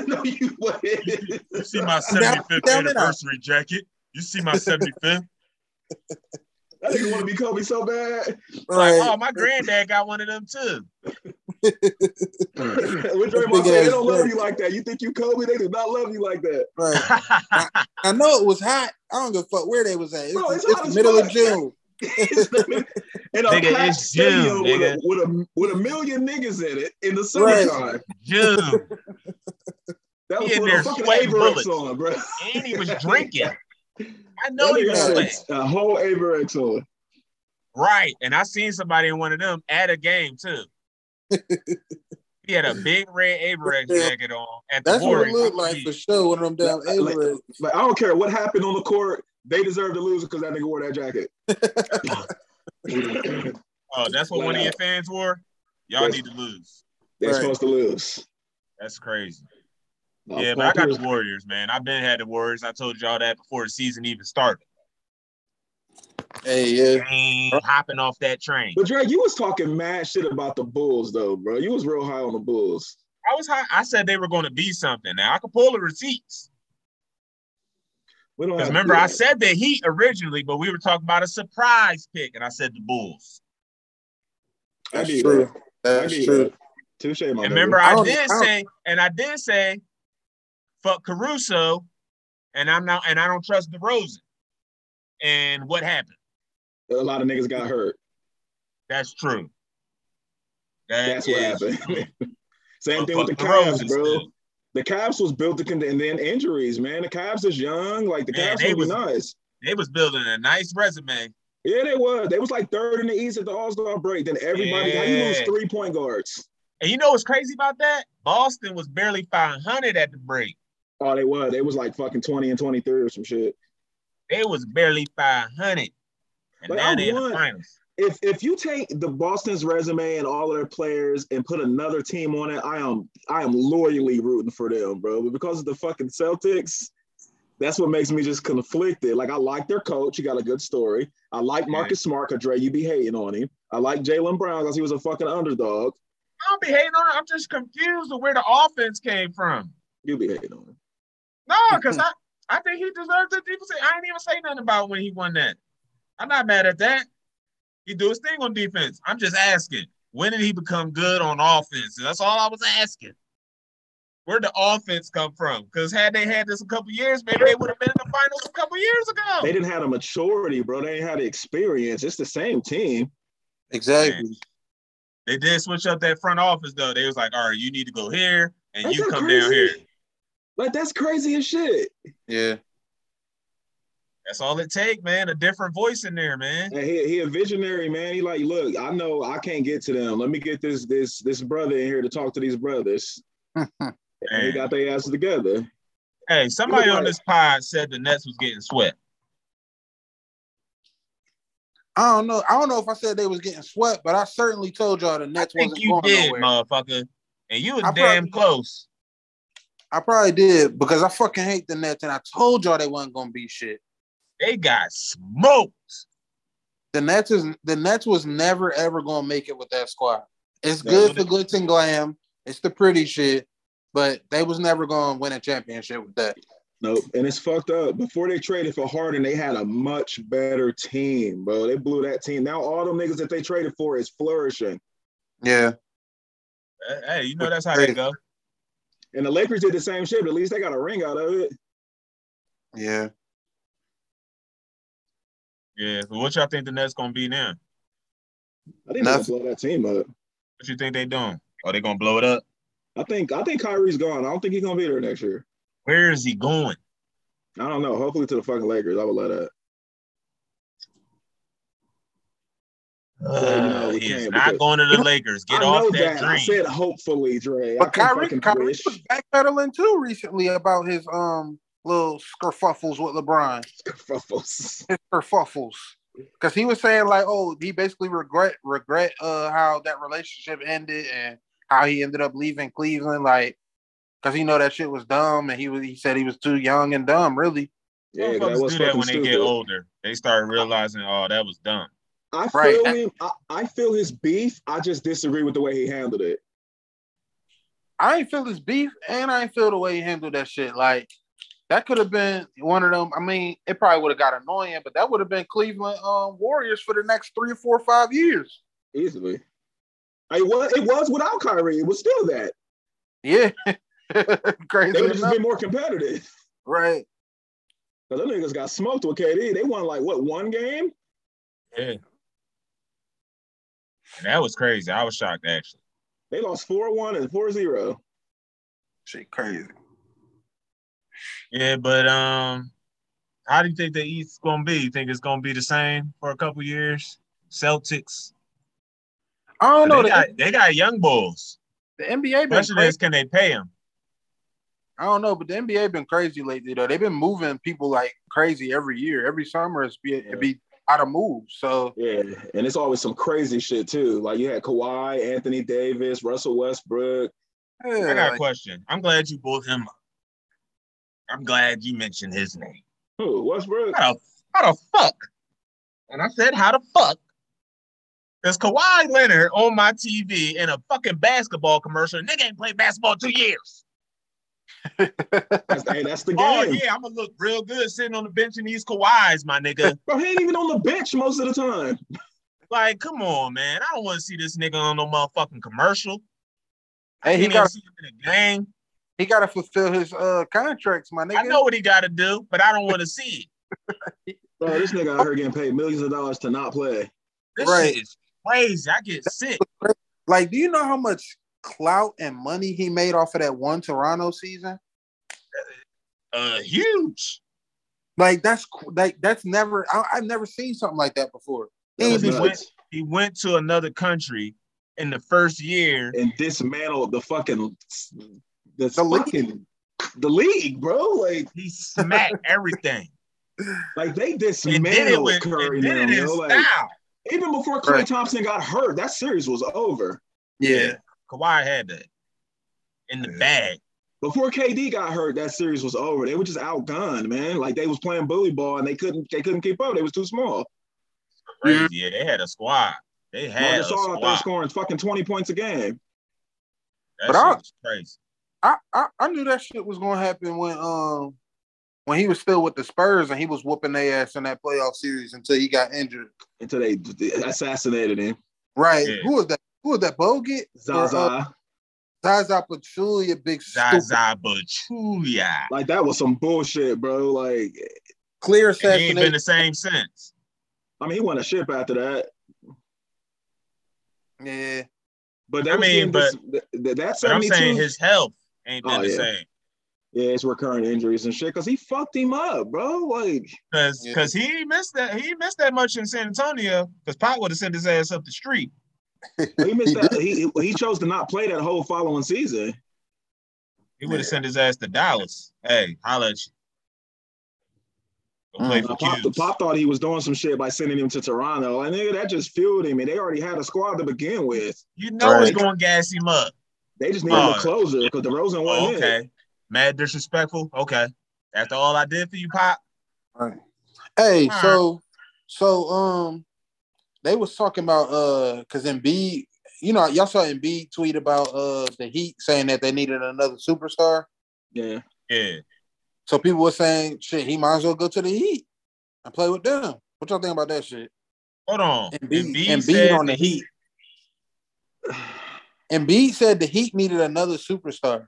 no, you wasn't.
You see my
Down-
75th
down it up.
anniversary jacket. You see my 75th.
That nigga want to be Kobe so bad.
Like,
Right.
oh, my granddad got one of them too.
Mm.
When Draymond
Big
said,
ass
they don't love
jerk.
you like that. You think you Kobe? They do not love you like that.
right. I know it was hot. I don't give a fuck where they was at. It's,
Bro, it's
it's
hot
the
as
middle of
fuck.
June.
in a
Nigga,
packed
it's June,
stadium with,
nigga.
a, with a with a million niggas in it in the
Right.
summertime.
June.
That was
He in
putting
there
a fucking
sweating
Averex
bullets.
on, bro.
And he was drinking. I know
That
he
nigga
was
had
sweating.
a whole Averex on.
Right. And I seen somebody in one of them at a game too. he had a big red Averex
Yeah.
jacket on at the
That's what it
Warriors.
looked like for sure. One of them
Like-
damn Avery.
Like I don't care what happened on the court, they deserve to lose because that nigga wore that jacket. They're
oh, that's what one of your fans wore? Y'all
Yes.
need to lose.
Right.
supposed to lose.
That's crazy.
Nah,
yeah, but
Paul
I got
Pierce-
the Warriors, man. I've been had the Warriors. I told y'all that before the season even started.
Hey, yeah.
Ain't hopping off that train.
But Drake, you was talking mad shit about the Bulls though, bro. You was real high on the Bulls.
I was high. I said they were going to be something. Now I could pull the receipts.
We don't have
Because
to
remember,
do
I
that.
said the Heat originally, but we were talking about a surprise pick, and I said the Bulls.
I
That's
need
true.
that. I
That's
need
true.
Oh, that. uh, Touche, my
And
nigga.
remember,
I
I
don't-
did
I don't-
say, and I did say, fuck Caruso, and I'm not, and I don't trust DeRozan. And what happened?
a lot of niggas got hurt.
That's true. That
That's
is
what
true.
happened. Same thing with the
Fuck DeRozan
Cavs, bro.
still.
The Cavs was built to contend, and then injuries, man. The Cavs is young, like the Cavs
Man, they
gonna be
was-
nice.
They was building a nice resume.
Yeah, they was. They was like third in the East at the All Star break. Then everybody, how you lose
Yeah.
three point guards?
And you know what's crazy about that? Boston was barely 500 at the break.
Oh, they was. They was like fucking twenty and twenty three or some shit.
They was barely 500. And
But
now
I
they in the
want-
finals.
If if you take the Boston's resume and all of their players and put another team on it, I am I am loyally rooting for them, bro. But because of the fucking Celtics, that's what makes me just conflicted. Like I like their coach. He got a good story. I like Marcus Smart. 'cause Dre, you be hating on him. I like Jalen Brown because he was a fucking underdog.
I don't be hating on it. I'm just confused of where the offense came from.
You be hating on him.
No, because I, I think he deserved it. People say I ain't even say nothing about when he won that. I'm not mad at that. He do his thing on defense. I'm just asking, when did he become good on offense? And that's all I was asking. Where'd the offense come from? Because had they had this a couple years, maybe they would have been in the finals a couple years ago.
They didn't have the maturity, bro. They ain't had the experience. It's the same team.
Exactly.
They did switch up that front office though. They was like, all right, you need to go here and
Ain't
you
that
come down
crazy?
here.
Like that's crazy as shit.
Yeah.
That's all it take, man. A different voice in there, man.
And he, he a visionary, man. He like, look, I know I can't get to them. Let me get this this this brother in here to talk to these brothers. And he
Man.
got their asses together.
Hey, somebody
look
on
like-
this pod said the Nets was getting swept.
I don't know. I don't know if I said they was getting swept, but I certainly told y'all the
I
Nets
think
wasn't
you
going
did,
nowhere.
motherfucker. And you was
I
damn close.
I probably did because I fucking hate the Nets, and I told y'all they wasn't gonna be shit.
They got smoked.
The Nets is the Nets was never ever gonna make it with that squad. It's
No,
good
no,
for glitz and glam. It's the pretty shit, but they was never gonna win a championship with that.
Nope. And it's fucked up. Before they traded for Harden, they had a much better team, bro. They blew that team. Now all them niggas that they traded for is flourishing.
Yeah.
Uh, Hey, you know that's how they go.
And the Lakers did the same shit, but at least they got a ring out of it.
Yeah.
Yeah. So what y'all think the Nets gonna be now?
I think they're gonna
Nothing.
blow that team up.
What you think they doing? Are they gonna blow it up?
I think I think Kyrie's gone. I don't think he's gonna be there next year.
Where is he going?
I don't know. Hopefully to the fucking Lakers. I would let that. Well, you know,
Uh,
we
he is
can't
not
because-
going to the Lakers. Get
I
off
know
that,
I
dream.
said hopefully, Dre. I
But
can
Kyrie,
fucking
Kyrie
wish.
was backpedaling too recently about his um little skerfuffles with LeBron.
Fuffles.
His skerfuffles. Because he was saying like, oh, he basically regret regret uh how that relationship ended and how he ended up leaving Cleveland, like because he know that shit was dumb and he was he said he was too young and dumb, really.
Yeah, that
Motherfuckers
was
do that
fucking
when they get
stupid.
older. They start realizing, oh, that was dumb.
I feel
Right.
him. I, I feel his beef. I just disagree with the way he handled it.
I ain't feel his beef and I ain't feel the way he handled that shit. Like that could have been one of them. I mean, it probably would have got annoying, but that would have been Cleveland um, Warriors for the next three or four or five years.
Easily. It was, it was without Kyrie. It was still that.
Yeah. Crazy.
They would have just
enough.
been more competitive.
Right.
Cause them niggas got smoked with KD. They won like what one game?
Yeah. And that was crazy. I was shocked actually.
They lost 4-1 and 4-0.
Shit, crazy.
Yeah, but um, how do you think the East gonna be? You think it's gonna be the same for a couple years? Celtics.
I don't know.
they,
The,
got, they got young bulls.
the NBA been
Question is,
crazy.
can they pay them?
I don't know, but the NBA been crazy lately though. They've been moving people like crazy every year. Every summer it's be it be out of move. So
Yeah, and it's always some crazy shit too. Like you had Kawhi, Anthony Davis, Russell Westbrook.
I got
yeah,
a question. I'm glad you brought him up. I'm glad you mentioned his name.
Who? Westbrook?
How the, how the fuck? And I said, how the fuck is Kawhi Leonard on my TV in a fucking basketball commercial? and Nigga ain't played basketball two years.
That's, hey, that's the game.
Oh, yeah, I'm going to look real good sitting on the bench in these Kawhis, my nigga.
Bro, he ain't even on the bench most of the time.
like, come on, man. I don't want to see this nigga on no motherfucking commercial.
hey,
He
he
can't even
got
see him in a game.
he got to fulfill his uh contracts, my nigga.
I know what he got to do, but I don't want to see it.
Bro, this nigga out here getting paid millions of dollars to not play.
This
Right.
shit is crazy. I get sick.
Like, do you know how much clout and money he made off of that one Toronto season?
Uh, huge.
Like, that's like that's never. I, I've never seen something like that before.
That was
He
Easy
nuts.
win. he went to another country in the first year.
And dismantled the fucking the,
The league.
fucking the league, bro. Like
He smacked everything
like they
and did it
dismantled
with
Curry
and did
now.
it in
yo. Like,
style.
even before Clay
Right.
Thompson got hurt, that series was over.
Yeah.
Kawhi had that in the bag.
Before KD got hurt, that series was over. They were just outgunned, man. Like they was playing bully ball and they couldn't they couldn't keep up. They was too small.
Crazy. Yeah, they had a squad. They had a
Marcus Gasol out there
squad.
scoring fucking 20 points a game.
That
But
shit
I-
was crazy.
I, I I knew that shit was gonna happen when um when he was still with the Spurs and he was whooping their ass in that playoff series until he got injured.
Until they d- d- assassinated him.
Right?
Yeah.
Who was that? Who was that? Bogut?
Zaza.
Or, uh, Zaza Pachulia, big stupid
Zaza Pachulia.
Like that was some bullshit, bro. Like
clear
And he ain't been
assassination.
the same since.
I mean, he won a ship after that.
yeah,
But
I
that was being
mean,
dis- th- th- that
But I'm
72.
saying his health ain't been
Oh,
the
yeah.
same.
yeah, it's recurrent injuries and shit because he fucked him up, bro. Like
Cause,
Yeah.
cause he missed that he missed that much in San Antonio. Cause Pop would have sent his ass up the street.
he missed
He
that. He he chose to not play that whole following season.
He would have sent his ass to Dallas. Hey, holla at you. Go
Mm.
play
Uh,
for
Pop,
Cubes.
Pop thought he was doing some shit by sending him to Toronto, and nigga, that just fueled him. And they already had a squad to begin with.
You know it's
Right.
going to gas him up.
They just needed a
Oh.
closer because DeRozan wasn't
Oh,
in.
okay. Mad disrespectful. Okay. After all I did for you, Pop.
right. Hey,
Alright.
so so um they was talking about uh because Embiid, you know, y'all saw Embiid tweet about uh the Heat saying that they needed another superstar.
Yeah,
Yeah.
So people were saying, shit, he might as well go to the Heat and play with them. What y'all think about that shit?
Hold on.
Embiid,
Embiid
Embiid,
said
on the
that-
Heat. Embiid said the Heat needed another superstar.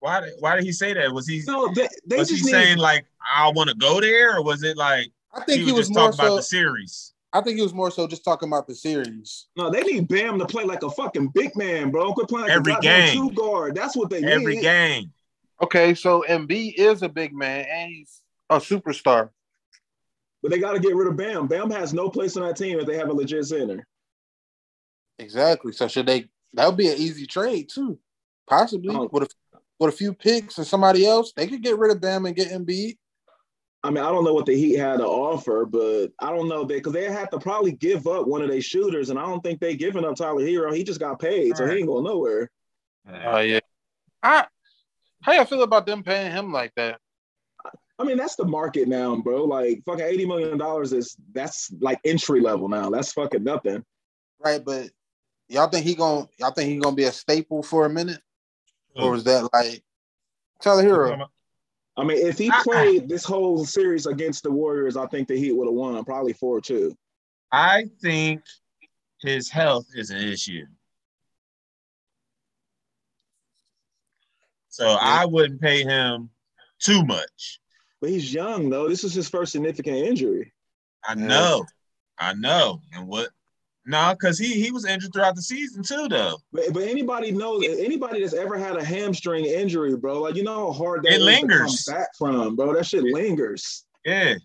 Why did Why did he say that? Was he
No, they, they
was he
just need.
saying like I want to go there, or was it like
I think
he
he,
was,
was
just
more
talking
so.
about the series?
I think he was more so just talking about the series.
no, they need Bam to play like a fucking big man, bro. Quit playing like
Every
a goddamn
game.
two guard. That's what they
Every
need.
game.
Okay, so MB is a big man and he's a superstar.
But they got to get rid of Bam. Bam has no place on that team if they have a legit center.
Exactly. So should they? That would be an easy trade too, possibly
Oh.
with a with a few picks and somebody else. They could get rid of Bam and get Embiid.
I mean, I don't know what the Heat had to offer, but I don't know they because they had to probably give up one of their shooters, and I don't think they giving up Tyler Hero. He just got paid, so
Right.
he ain't going nowhere.
Oh, yeah. I how y'all feel about them paying him like that?
I mean, that's the market now, bro. Like fucking eighty million dollars is that's like entry level now. That's fucking nothing.
Right, but y'all think he gonna y'all think he gonna be a staple for a minute, or was that like Tyler Hero?
I mean, if he
I-
played this whole series against the Warriors, I think the Heat would have won, probably four two.
I think his health is an issue. So I wouldn't pay him too much.
But he's young though. This is his first significant injury.
I
Yeah.
know. I know. And what? No, nah, because he he was injured throughout the season too, though.
But, but anybody knows anybody that's ever had a hamstring injury, bro. Like you know how hard that
It
is to come
lingers.
back from, bro. That shit lingers.
Yeah.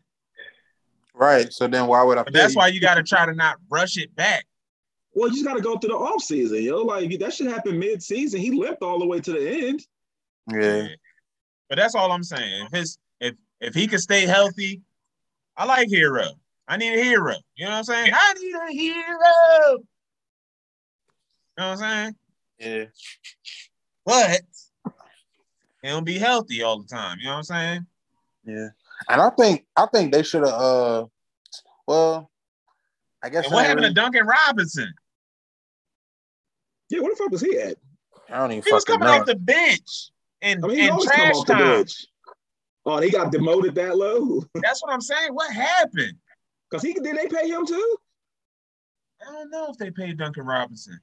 Right. So then why would I?
But
pay
that's
you?
why you gotta try to not rush it back.
Well, you just gotta go through the offseason, yo. Like that should happen mid season. He limped all the way to the end.
Yeah.
But that's all I'm saying. If his if if he could stay healthy, I like hero. I need a hero. You know what I'm saying? I need a hero. You know what I'm saying?
Yeah.
But he'll be healthy all the time. You know what I'm saying?
Yeah. And I think I think they should have. uh Well, I guess
And what
I,
happened
really-
to Duncan Robinson?
Yeah, where the fuck was he at?
I don't even.
He was
fucking
coming
know.
off the bench and,
I mean, he
and
always come
trash
off the
time.
bench. Oh, they got demoted that low
That's what I'm saying. What happened?
because he did they pay him too?
I don't know if they paid Duncan Robinson.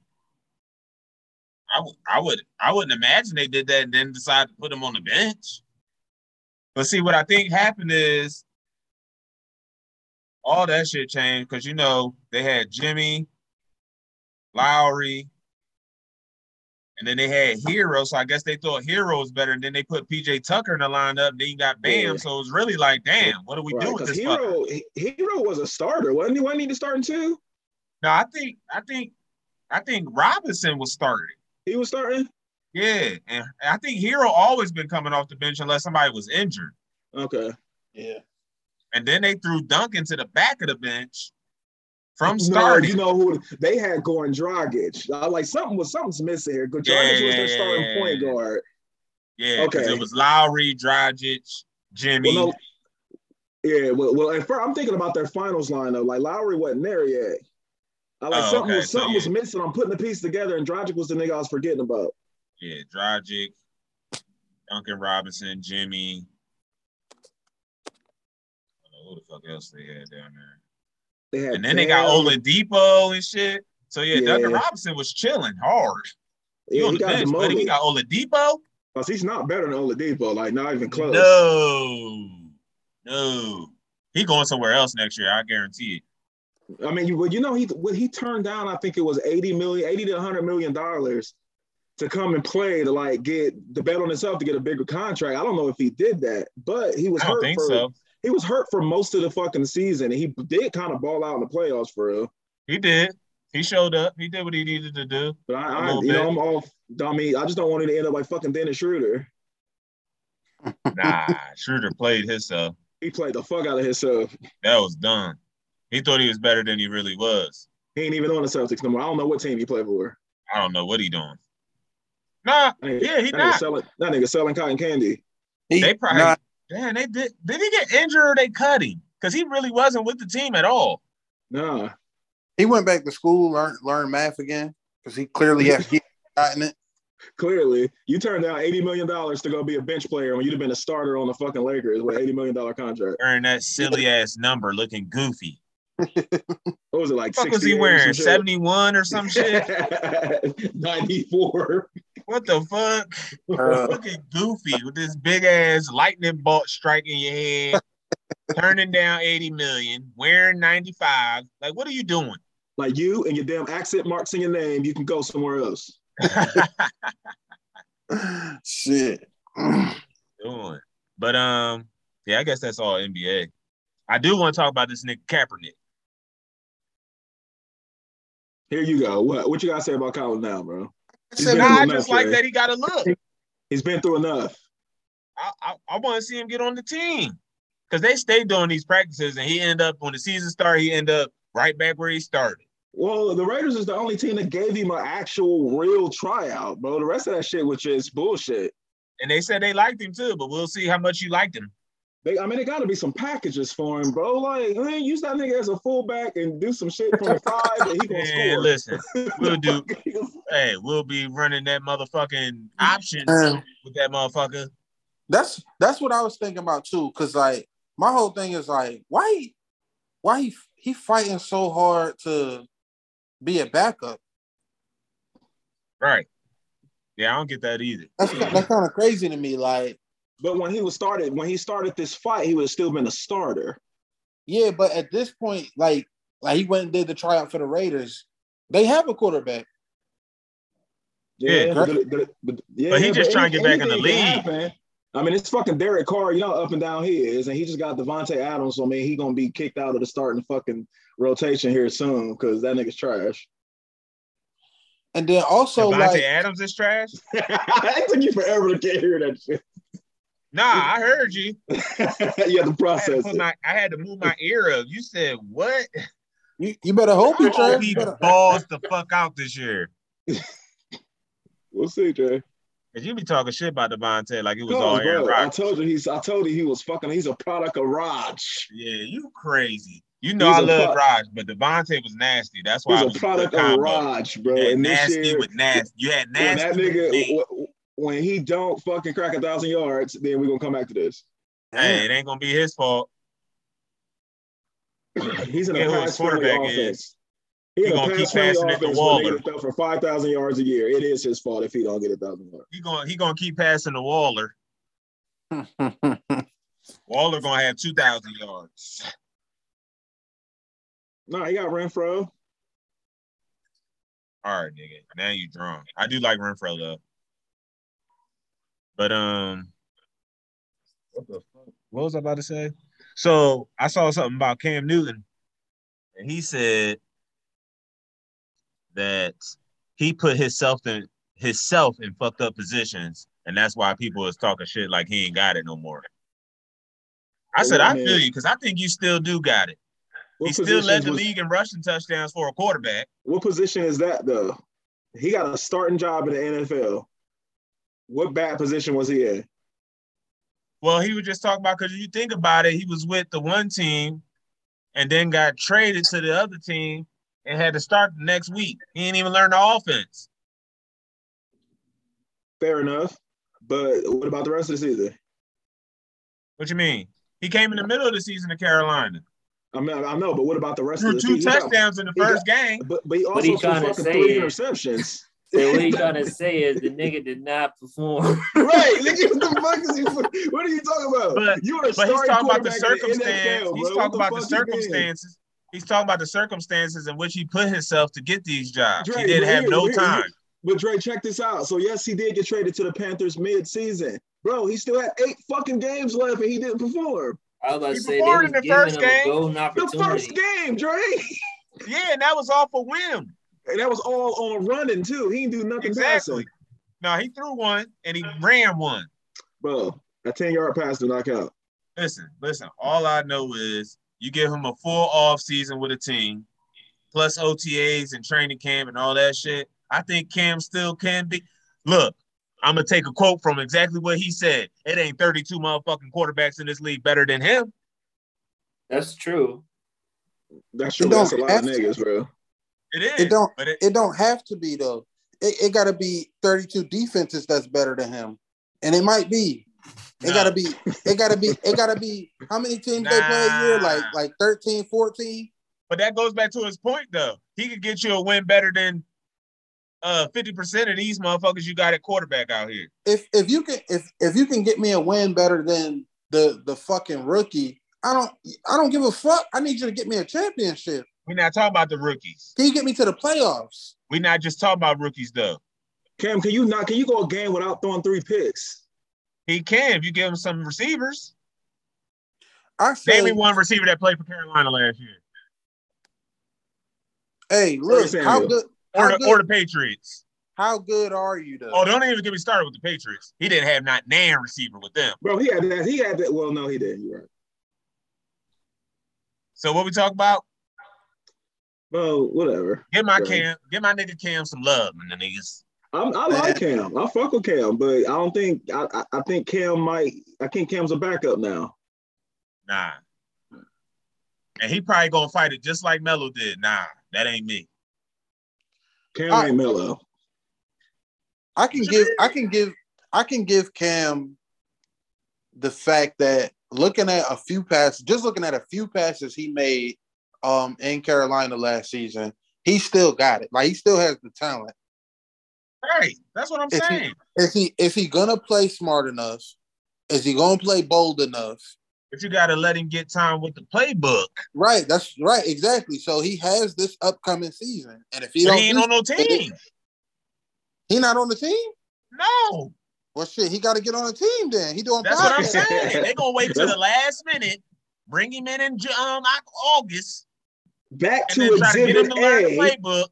I would, I would, I wouldn't imagine they did that and then decide to put him on the bench. But see, what I think happened is all that shit changed because you know they had Jimmy, Lowry, and then they had Hero. So I guess they thought Hero was better, and then they put PJ Tucker in the lineup. Then you got Bam.
Yeah.
So it's really like, damn, what do we do with
because
this? fucker?
Hero He- Hero was a starter, wasn't he? Wasn't he the starting two?
No, I think, I think, I think Robinson was starting.
He was starting.
Yeah, and I think Hero always been coming off the bench unless somebody was injured.
Okay.
Yeah.
And then they threw Duncan to the back of the bench from
No,
starting.
you know who they had going Dragic. I was like something was something's missing here. Dragic
Yeah,
was their
yeah,
starting
yeah,
point
yeah.
guard.
yeah, because
okay.
it was Lowry, Dragic, Jimmy.
Well, no. Yeah, well, well at first, I'm thinking about their finals lineup. Like Lowry wasn't there yet. I like
Oh,
something
okay,
was
so
something was
yeah.
missing. I'm putting the piece together, and Dragic was the nigga I was forgetting about.
Yeah, Dragic, Duncan Robinson, Jimmy. I don't know Who the fuck else they had down there?
They had
And then they got
Bam.
Oladipo and shit. So yeah, Duncan
Yeah.
Robinson was chilling hard. He
Yeah,
on
he
the
got
bench, but
demoted.
we got Oladipo.
Cause he's not better than Oladipo, like not even close.
No, no, he going somewhere else next year. I guarantee it.
I mean, you, well, you know, he when he turned down, I think it was 80 million, 80 to 100 million dollars to come and play to like get the bet on himself to get a bigger contract. I don't know if he did that, but he was
I don't
hurt
think
for
so.
he was hurt for most of the fucking season, and he did kind of ball out in the playoffs for real.
He did. He showed up. He did what he needed to do.
But I,
A
I
little
you
bit.
know, I'm all dummy. I just don't want him to end up like fucking Dennis Schroeder.
Nah, Schroeder played himself.
He played the fuck out of himself.
That was done. He thought he was better than he really was.
He ain't even on the Celtics no more. I don't know what team he played for.
I don't know what he doing. Nah,
That nigga-
yeah, he
that nigga
not.
selling that nigga selling cotton candy.
He,
They probably
nah,
damn. They did. Did he get injured or they cut him? Because he really wasn't with the team at all.
Nah.
he went back to school, learned learned math again because he clearly has he gotten it.
clearly you turned down eighty million dollars to go be a bench player when you'd have been a starter on the fucking Lakers with an eighty million dollar contract.
Wearing that silly ass number, looking goofy.
What was it like?
What fuck was he
68 or
wearing?
some shit?
Seventy one or some shit.
Ninety-four.
What the fuck?
Uh,
Look at Goofy with this big ass lightning bolt striking your head, turning down 80 million, wearing 95. Like, what are you doing?
Like you and your damn accent marks in your name, you can go somewhere else.
shit.
doing? But um, yeah, I guess that's all NBA. I do want to talk about this nigga Kaepernick.
Here you go. What what you gotta say about Colin now, bro? He's been
Nah, I
through
just
enough,
like
man.
that he got a look.
He's been through enough.
I I, I want to see him get on the team because they stayed doing these practices, and he end up when the season started, he end up right back where he started.
Well, the Raiders is the only team that gave him an actual real tryout, bro. The rest of that shit was just bullshit.
And they said they liked him too, but we'll see how much you liked him.
They, I mean, it got to be some packages for him, bro. Like, man, use that nigga as a fullback and do some shit from the five, and he gonna
And
score.
listen, we'll do.
He gonna
Hey, we'll be running that motherfucking option
Um,
with that motherfucker.
that's that's what I was thinking about too. Cause like my whole thing is like, why why he he fighting so hard to be a backup?
Right. Yeah, I don't get that either.
That's ki- that's kind of crazy to me. Like,
But when he was started, when he started this fight, he would have still been a starter.
yeah, but at this point, like like he went and did the tryout for the Raiders. They have a quarterback.
Yeah.
but, but- but- yeah,
But he just trying to
any-
get back in the
anything can
league.
happen. I mean, it's fucking Derek Carr, you know, how up and down he is, and he just got Devontae Adams. So I mean, he gonna be kicked out of the starting fucking rotation here soon because that nigga's trash.
And then also
So Devontae
like
Adams is trash.
it took you forever to get here. That shit.
Nah, I heard you.
you had to
I had to,
process
put
it.
my, I had to move my ear up. You said what?
you, you better hope
I
you
hope
Trev.
he
You better-
balls the fuck out this year.
We'll see, Jay.
Cause you be talking shit about Devontae like it was
Cuz,
all Aaron
bro, I
Rodgers.
told you he's. I told you he was fucking. He's a product of Raj.
Yeah, you crazy. You know
He's
I
a
love
pro-
Raj, but Devontae was nasty. That's why
He's
I
a
was
product
good
of
combo.
Raj, bro.
You had
and this
nasty
year,
with nasty. You had
when
nasty.
that
with
nigga
nasty.
wh- when he don't fucking crack a thousand yards, then we're gonna come back to this.
Hey, it ain't gonna be his fault.
He's in
Yeah,
a
who his
pass friendly
quarterback
offense.
He
He's in a
gonna keep
pass friendly
passing it to
offense where
Waller.
niggas throw for five thousand yards a year. It is his fault if he don't get a thousand yards.
He gonna he gonna keep passing to Waller. Waller gonna have two thousand yards.
No, he got Renfro.
All right, nigga. Now you drunk. I do like Renfro though. But um, what the fuck? What was I about to say? So I saw something about Cam Newton, and he said that he put himself in himself in fucked up positions, and that's why people is talking shit like he ain't got it no more. I said, I feel you, because I think you still do got it.
What
he still led
positions
the
was-
league in rushing touchdowns for a quarterback.
What position is that though? He got a starting job in the NFL. What bad position was he in?
Well, he was just talking about because you think about it, he was with the one team and then got traded to the other team and had to start the next week. He didn't even learn the offense.
Fair enough. But what about the rest of the season?
What you mean? He came in the middle of the season to Carolina.
I mean, I know, but what about the rest of
Threw
the season?
two
He got-
touchdowns in the
he got-
first game.
But but he also
he
threw
trying to
fucking
say
three
is-
interceptions.
So what he trying to say is the nigga did not perform.
Right, nigga, what the fuck is you? What are you talking about?
But-
you are a
But he's
starting
talking about the
quarterback in NFL,
circumstance.
bro.
He's
What
talking about the
fuck you mean?
circumstances. He's talking about the circumstances in which he put himself to get these jobs.
Dre,
he didn't
but
have
here-
no
here- here-
time.
But Dre, check this out. So yes, he did get traded to the Panthers mid-season, bro. He still had eight fucking games left, and he didn't perform.
I was about to
He
say they
performed
was
in the
giving
first
him
game.
a golden
The
opportunity.
first game, Dre,
Yeah, and that was off a whim.
and that was all on running too. He didn't do nothing
Exactly.
passing,
No, he threw one and he ran one.
bro. A ten-yard pass do not count.
Listen, listen. All I know is you give him a full off season with a team, plus OTAs and training camp and all that shit. I think Cam still can be. Look, I'm gonna take a quote from exactly what he said. It ain't 32 motherfucking quarterbacks in this league better than him.
That's true.
That's true.
It don't
That's a lot of
have to.
niggas, bro.
It is.
It don't-
But it,
It don't have to be though. It, it got to be 32 defenses that's better than him, and it might be. It
Nah.
gotta be. It gotta be. It gotta be. How many teams they play a year? Like like 13, 14?
but that goes back to his point though. He could get you a win better than uh fifty percent of these motherfuckers you got at quarterback out here.
if if you can if if you can get me a win better than the the fucking rookie, I don't I don't give a fuck. I need you to get me a championship.
We're not talking about the rookies.
Can you get me to the playoffs?
We're not just talking about rookies though.
Cam, can you not? Can you go a game without throwing three picks?
He can if you give him some receivers.
I
Name me
say,
one receiver that played for Carolina last year,
hey, look,
Curtis
how
Samuel.
good
or
how
the, or
good,
the Patriots.
how good are you though?
Oh, don't even get me started with the Patriots. He didn't have not nan receiver with them.
Bro, he had that. He had that. Well, no, he didn't. You're right.
So what we talk about?
Bro, whatever.
Give my
Right.
Cam, give my nigga Cam some love, my niggas.
I'm, I like Cam. I fuck with Cam, but I don't think I, I. I think Cam might. I think Cam's a backup now.
Nah. And he probably gonna fight it just like Melo did. Nah, that ain't me.
Cam
All right.
ain't mellow.
I can give I can give I can give Cam the fact that looking at a few passes, just looking at a few passes he made um in Carolina last season, he still got it. Like he still has the talent.
Right. That's what I'm
If he-
saying.
Is he is he gonna play smart enough? Is he gonna play bold enough?
But you gotta let him get time with the playbook.
Right, that's right, exactly. So he has this upcoming season, and if he
But
don't,
he ain't on no
it.
team.
he not on the team.
No.
Well, shit, he got to get on the team then. He doing
That's what I'm
podcasts.
saying. They gonna wait till the last minute, bring him in in Ju- um August,
Back
and
to
then try to get him
exhibit
to learn the
A.
playbook.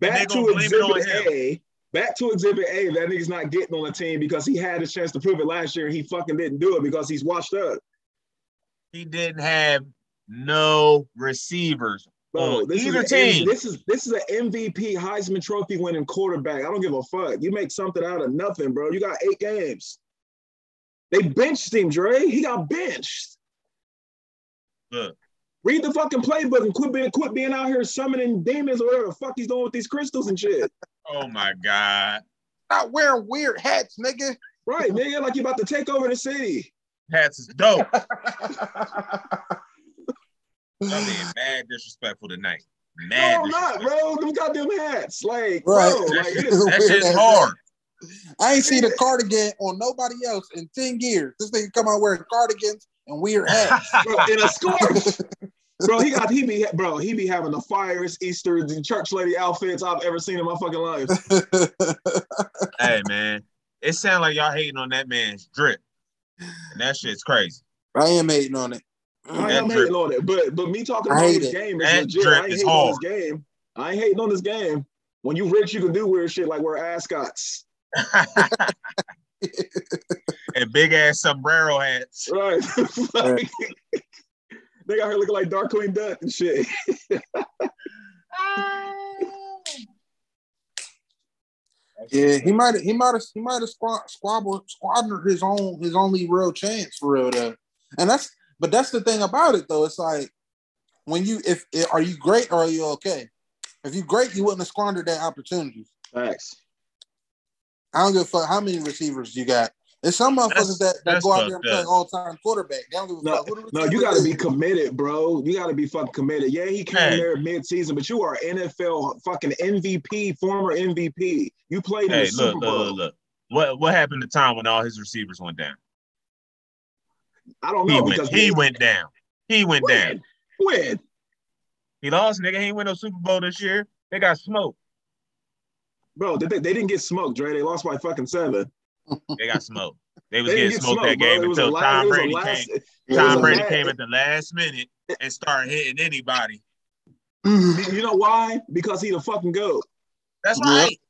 Back
they gonna
to
blame it on
exhibit A. Back to exhibit A. That nigga's not getting on the team because he had his chance to prove it last year. He fucking didn't do it because he's washed up.
He didn't have no receivers.
Bro,
on
this
either
is an-
team.
this is this is an MVP Heisman Trophy winning quarterback. I don't give a fuck. You make something out of nothing, bro. You got eight games. They benched him, Dre. He got benched.
Look.
Read the fucking playbook and quit being quit being out here summoning demons or whatever the fuck he's doing with these crystals and shit.
Oh my God.
Not wearing weird hats, nigga.
Right, nigga, like you about to take over the city.
Pats is dope. I'm being mad disrespectful tonight.
No,
Mad
I'm not,
disrespectful.
bro. Them goddamn hats, like,
Right.
bro,
That
like, it
shit-
is,
that shit's hard.
I ain't seen a cardigan on nobody else in ten years. This nigga come out wearing cardigans and weird hats.
bro, in a scarf. Bro, he got he be bro, he be having the fieriest Easter church lady outfits I've ever seen in my fucking life.
hey man, it sounds like y'all hating on that man's drip, and that shit's crazy.
I am hating on it.
I
That
am
drip-
hating on it, but but me talking
I
about
hate
this
it.
game is
That
legit.
drip
I ain't
is
hating on this game. I ain't hating on this game. When you rich, you can do weird shit like wear ascots.
and big ass sombrero hats.
Right.
Right.
like, they got her looking like Dark Queen Duck and shit.
Yeah, he might he might have he might have squab, squabbled squandered his own his only real chance for real though. And that's but that's the thing about it though. It's like when you if are you great or are you okay? If you great, you wouldn't have squandered that opportunity.
Facts.
I don't give a fuck how many receivers you got. There's some motherfuckers that, that
that's
go out there
fucked
and play
up.
all time quarterback. They don't give a fuck. who the
No,
receiver
you gotta
is.
be committed, bro. You gotta be fucking committed. Yeah, he came
Man.
there mid-season, but you are NFL fucking MVP, former MVP. You played in
Hey,
the Super
look, look,
Bowl.
look, look. What what happened to time when all his receivers went down?
I don't know
He
Oh, because
went. He
we-
went down. He went down.
when, when
He lost, nigga. He ain't win no Super Bowl this year. They got smoked.
bro, they, they didn't get smoked, Dre. They lost by fucking seven.
They got smoked. They
They
was
didn't
getting
get
smoked, that
bro.
game
It was a
until
la-
Tom
it was a
Brady
last-
came.
it was
Tom
a
Brady
la-
came at the last minute and started hitting anybody.
Mm.
You know why? Because he the fucking goat.
That's
Yep.
right.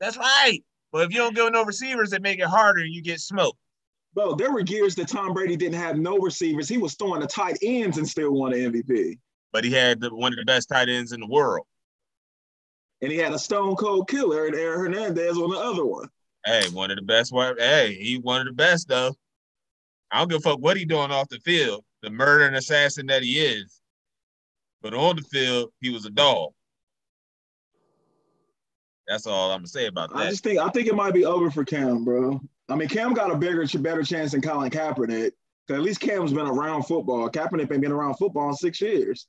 That's right. But if you don't give no receivers, it make it harder and you get smoked.
Bro, there were years that Tom Brady didn't have no receivers. He was throwing the tight ends and still won an MVP.
But he had the, one of the best tight ends in the world.
And he had a stone cold killer and Aaron Hernandez on the other one.
Hey, one of the best. wide- Hey, he one of the best though. I don't give a fuck what he doing off the field, the murder and assassin that he is. But on the field, he was a dog. That's all I'm gonna say about
I
that.
just think I think it might be over for Cam, bro. I mean, Cam got a bigger, better chance than Colin Kaepernick. 'Cause at least Cam's been around football. Kaepernick ain't been around football in six years.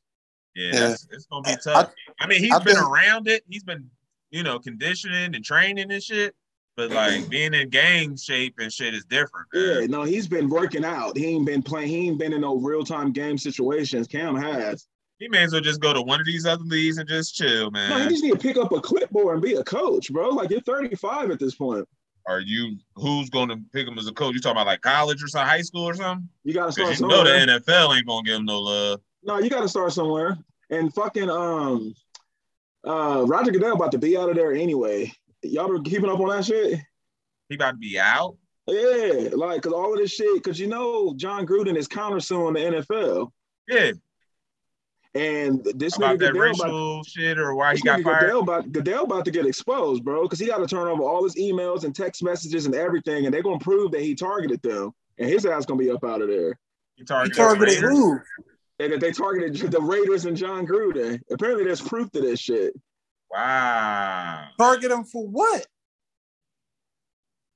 yeah,
Yeah.
that's- it's gonna be tough. I, mean, he's
I
been
think-
around it. He's been you know, conditioning and training and shit. But like being in game shape and shit is different. man.
Yeah, no, he's been working out. He ain't been playing. He ain't been in no real time game situations. Cam has.
He may as well just go to one of these other leagues and just chill,
No,
man.
he just need to pick up a clipboard and be a coach, bro. Like you're 35 at this point.
Are you who's going to pick him as a coach? You talking about like college or some high school or something?
You gotta start
Because you know the
somewhere.
NFL ain't gonna give him no love.
no, you gotta start somewhere. And fucking um, uh, Roger Goodell about to be out of there anyway. Y'all been keeping up on that shit?
He about to be out.
Yeah, like cause all of this shit, cause you know John Gruden is countersuing the NFL,
Yeah,
and this
about
nigga
that
Goodell about
racial shit or why he
This
got
nigga
fired.
Goodell about, Goodell about to get exposed, bro, because he got to turn over all his emails and text messages and everything, and they're gonna prove that he targeted them, and his ass gonna be up out of there.
He
He
targeted,
targeted
Raiders.
who?
And that they targeted the Raiders and John Gruden. Apparently, there's proof to this shit.
Wow.
Target him for what?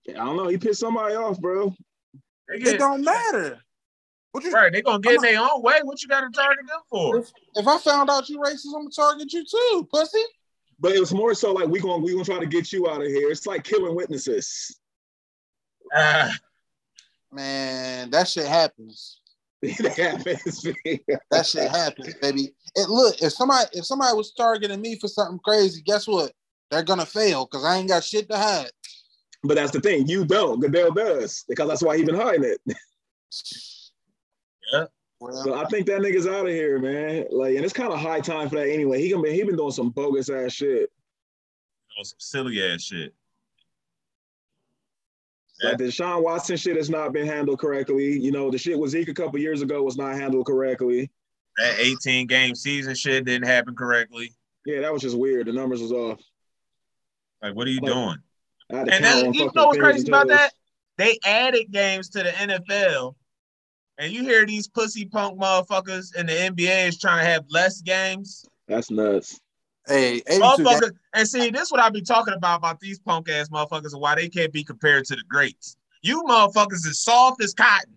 I don't know. He pissed somebody off, bro.
They
It
get,
don't matter. What you,
right, they gonna get
I'm
in their own way. What you got to target them for?
If I found out you racist, I'm gonna target you too, pussy.
But it was more so like we going we gonna try to get you out of here. It's like killing witnesses.
Ah,
Man, that shit happens.
that happens.
That shit happens, baby. It look if somebody if somebody was targeting me for something crazy, guess what? They're gonna fail because I ain't got shit to hide.
but that's the thing. You don't. Goodell does because that's why he been hiding it.
Well,
So I think that nigga's out of here, man. Like, and it's kind of high time for that anyway. He gonna be, he been doing some bogus ass shit.
on some silly ass shit.
Like the Deshaun Watson shit has not been handled correctly. You know, the shit with Zeke a couple years ago was not handled correctly.
That 18 game season shit didn't happen correctly.
Yeah, that was just weird. The numbers was off.
Like, what are you
Like,
doing?
I had to count
And that,
on
you
fucking
know what's
fingers
crazy
and
about
toes.
that? They added games to the NFL, and you hear these pussy punk motherfuckers in the NBA is trying to have less games.
That's nuts.
hey, 82 games.
Motherfucker, and see, this what I be talking about about these punk ass motherfuckers and why they can't be compared to the greats. You motherfuckers is soft as cotton.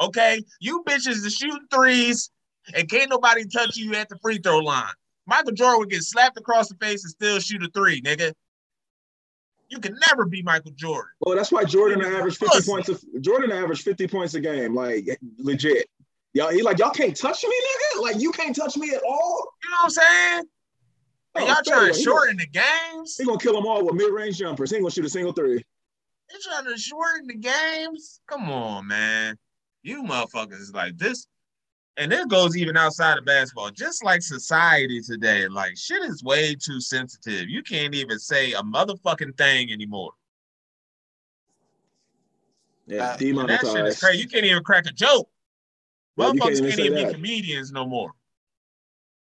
Okay? You bitches is shooting threes and can't nobody touch you at the free throw line. Michael Jordan would get slapped across the face and still shoot a three, nigga. You can never be Michael Jordan.
Well, that's why Jordan averaged fifty
Pussy.
points. A, Jordan averaged fifty points a game. Like legit. Y'all, he like y'all can't touch me, nigga. Like you can't touch me at all.
You know what I'm saying? And
Oh,
y'all
fair.
trying
He
to
gonna-
shorten the games.
He gonna kill them all with mid range jumpers. He ain't gonna shoot a single three.
They're trying to shorten the games. Come on, man. You motherfuckers is like this. And this goes even outside of basketball. Just like society today, like shit is way too sensitive. You can't even say a motherfucking thing anymore.
Yeah,
Uh,
And that
demonetized.
shit is crazy. You can't even crack a joke.
Yeah, you
Motherfuckers
can't
can't
even
even,
say
be
that.
comedians no more.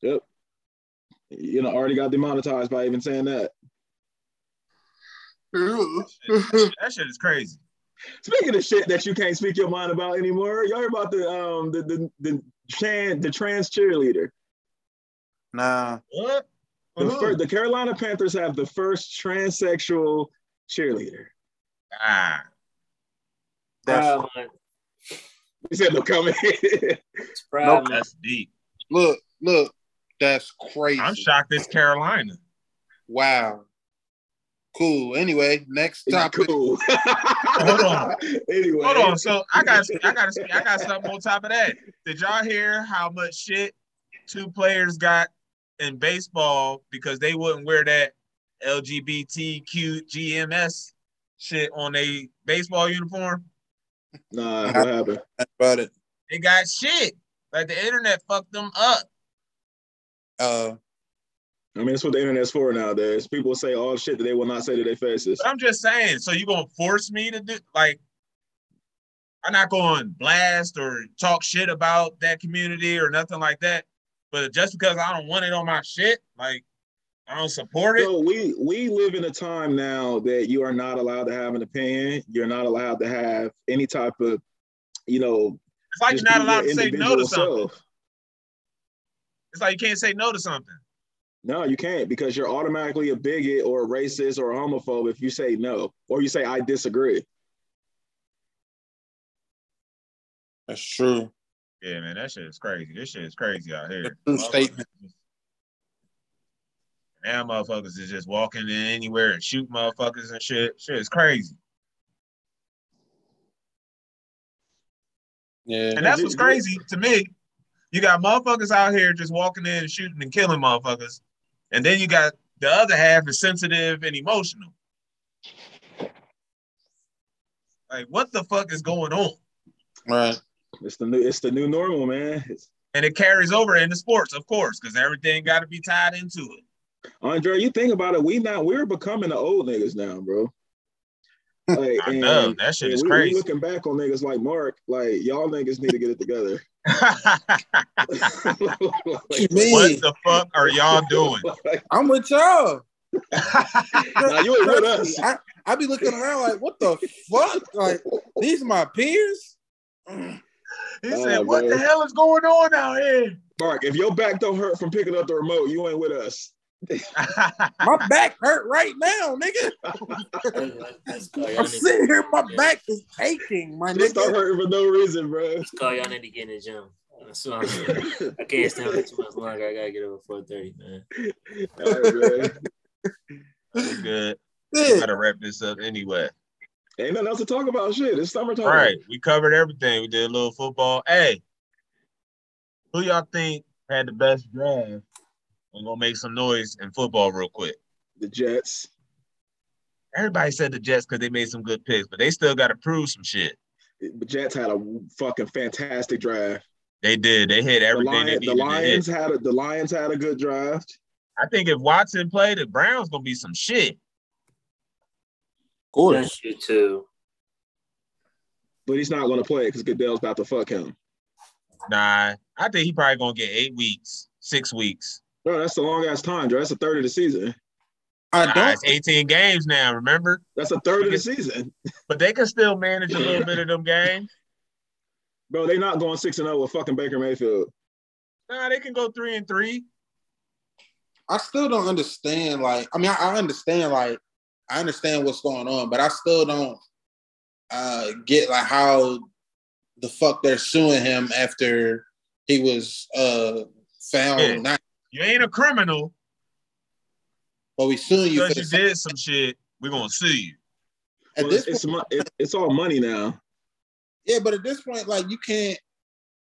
You know, already got demonetized by even saying that.
That shit is crazy.
Speaking of shit that you can't speak your mind about anymore, y'all hear about the um the the the trans the trans cheerleader.
Nah.
What? For
The,
who?
fir- the Carolina Panthers have the first transsexual cheerleader.
ah,
That's
Proud month.
He said no comment.
It's Proud month.
that's deep.
look, look, that's crazy.
I'm shocked it's Carolina.
Wow. Cool. Anyway, next
It's
topic.
cool.
Hold on.
Anyway,
Hold on. So I got I got I got something on top of that. Did y'all hear how much shit two players got in baseball because they wouldn't wear that LGBTQGMS shit on a baseball uniform?
Nah, what happened?
About it.
They got shit. Like the internet fucked them up.
Uh,
I mean, that's what the internet's for nowadays. People say all shit that they will not say to their faces.
But I'm just saying, so you gonna force me to do like I'm not going to blast or talk shit about that community or nothing like that. But just because I don't want it on my shit, like I don't support it.
So we we live in a time now that you are not allowed to have an opinion. You're not allowed to have any type of, you know,
It's like you're
just
not
be
allowed
your
to say no to
individual
something.
self.
It's like you can't say no to something.
No, you can't because you're automatically a bigot or a racist or a homophobe if you say no or you say I disagree.
that's true.
Yeah, man, that shit is crazy. This shit is crazy out here.
True statement.
Now motherfuckers is just walking in anywhere and shoot motherfuckers and shit. Shit is crazy.
Yeah.
And that's what's crazy to me. You got motherfuckers out here just walking in and shooting and killing motherfuckers. And then you got the other half is sensitive and emotional. Like, what the fuck is going on?
Right.
It's the new it's the new normal, man. It's,
And it carries over into sports, of course, because everything got to be tied into it.
Andre, you think about it, we now we're becoming the old niggas now, bro. Like,
I
and-
know that shit
and
is
we, we
crazy.
looking back on niggas like Mark, like y'all niggas need to get it together.
What you
what
mean?
the fuck are y'all doing?
I'm with y'all.
now you ain't with
Trust
us.
me, I, I be looking around like, what the fuck? Like, these my peers?
He
Nah,
said, "What
bro.
the hell is going on out here?"
Mark, if your back don't hurt from picking up the remote, you ain't with us.
My back hurt right now, nigga.
Let's go. Y'all
I'm
need,
sitting here, my back is aching, my
Just start
nigga.
hurting for no reason, bro.
let's go. Y'all need to get in the gym. That's what I'm saying. I can't stand it too much longer. I gotta get up at four thirty, man.
All right, man.
We good. We
Shit.
gotta wrap this up anyway.
Ain't nothing else to talk about. Shit, it's summertime.
All right, we covered everything. We did a little football. Hey, who y'all think had the best draft? I'm gonna make some noise in football real quick.
The Jets.
Everybody said the Jets because they made some good picks, but they still got to prove some shit.
The Jets had a fucking fantastic draft.
They did. They hit
The,
everything
Lion-
they
the
needed to hit.
Lions had a the Lions had a good draft.
I think if Watson played, the Browns gonna be some shit.
Of course.
Bless you too.
But he's not gonna play because Goodell's about to fuck him.
Nah, I think he probably gonna get eight weeks, six weeks.
Bro, that's a long ass time, bro. That's a third of the season.
I
Nah,
don't.
it's 18 games now, remember?
That's a third of the season.
But they can still manage a little bit of them games.
Bro, they not going six and zero with fucking Baker Mayfield.
Nah, they can go three and three.
I still don't understand. Like, I mean, I, I understand. Like, I understand what's going on, but I still don't uh, get like how the fuck they're suing him after he was uh, found.
Yeah.
Not,
You ain't a criminal
but we suing you for
because you
the same.
did some shit. We're gonna sue you.
At
Well,
this
it's
point,
mon- it, it's all money now.
yeah, but at this point, like, you can't.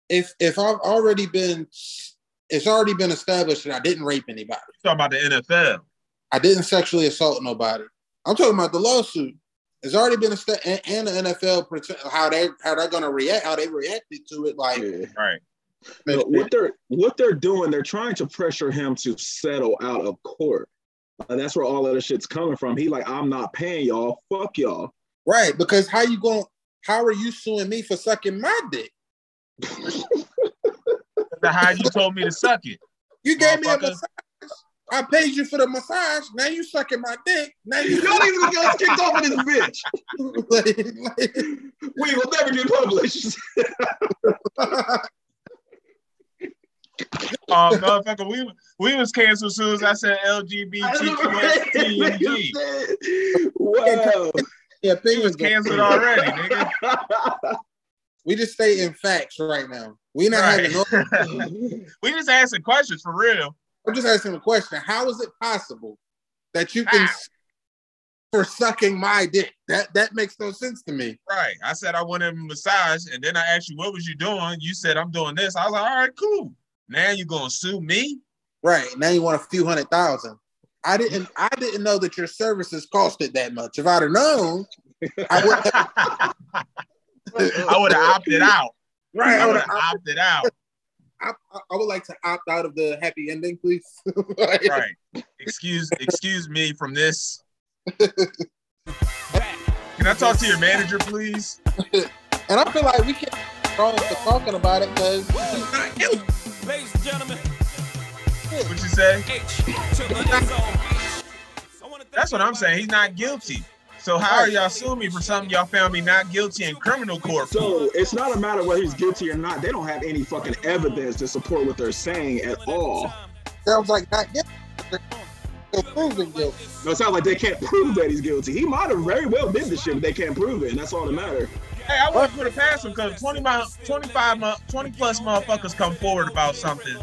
If if I've already been, it's already been established that I didn't rape anybody.
You talking about the NFL.
I didn't sexually assault nobody. I'm talking about the lawsuit. It's already been a sta- and, and the NFL pretend, how they how they're gonna react how they reacted to it like
Yeah.
Right.
No, what they're what they're doing, they're trying to pressure him to settle out of court. And that's where all of this shit's coming from. He like, I'm not paying y'all. Fuck y'all.
right because how you going how are you suing me for sucking my dick?
The how you told me to suck it.
You gave me a
Motherfucker.
massage. I paid you for the massage. Now you sucking my dick. Now
Y'all
you
even gonna get us kicked off of this bitch.
like, like-
We will never get published.
Oh motherfucker, we we was canceled as soon as I said
E
LGBTQSTUG.
wow.
the
He was
opinions go-
canceled already, nigga.
We just stay in facts right now. We not having no.
Right. we just asking questions for real.
I'm just asking a question. How is it possible that you can
Wow.
s- for sucking my dick? That that makes no sense to me.
Right. I said I wanted a massage, and then I asked you, what was you doing? You said I'm doing this. I was like, all right, cool. Now you're gonna sue me?
Right now, you want a few hundred thousand. I didn't. I didn't know that your services costed that much. If I'd have known, I would.
I would have opted out.
Right.
I
I
would
would.
have opted out.
I, I, I would like to opt out of the happy ending, please. Like,
Right. Excuse excuse me from this.
Back.
Can I talk to your manager, please?
And I feel like we can't go wrong for talking about it because
Ladies and gentlemen,
What you say?
H to the end zone.
That's what I'm saying. He's not guilty. So how are y'all suing me for something y'all found me not guilty in criminal court? for?
So it's not a matter whether he's guilty or not. They don't have any fucking evidence to support what they're saying at all.
sounds like not guilty. They're proving guilty.
No, it sounds like they can't prove that he's guilty. He might have very well did this shit, but they can't prove it, and that's all that matter.
Hey, I wouldn't put it past him because 20, mi- 25, mi- 20 plus motherfuckers come forward about something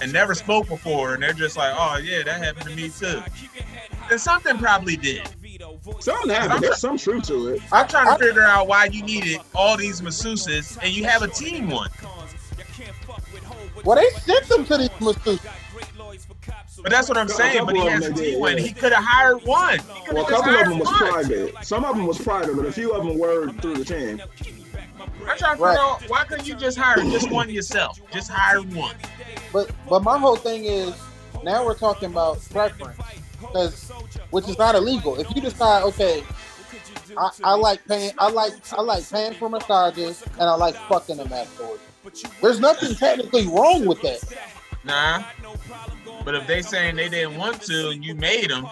and never spoke before, and they're just like, oh yeah, that happened to me too. And something probably did.
Something happened. There's some truth to it.
I'm trying to figure out why you needed all these masseuses and you have a team one.
Well, they sent them to these masseuses.
But that's what I'm saying. But he has a team one. He could have hired one. He could
Well,
have
a
just
couple of
hired
them was
one.
private. Some of them was private, but a few of them were through the team.
I'm trying to
Right.
figure out why couldn't you just hire just one yourself? Just hire one.
But but my whole thing is now we're talking about preference, 'cause- which is not illegal. If you decide, okay, I, I like paying, I like I like paying for massages, and I like fucking them afterwards. There's nothing technically wrong with that.
Nah. But if they saying they didn't want to and you made them,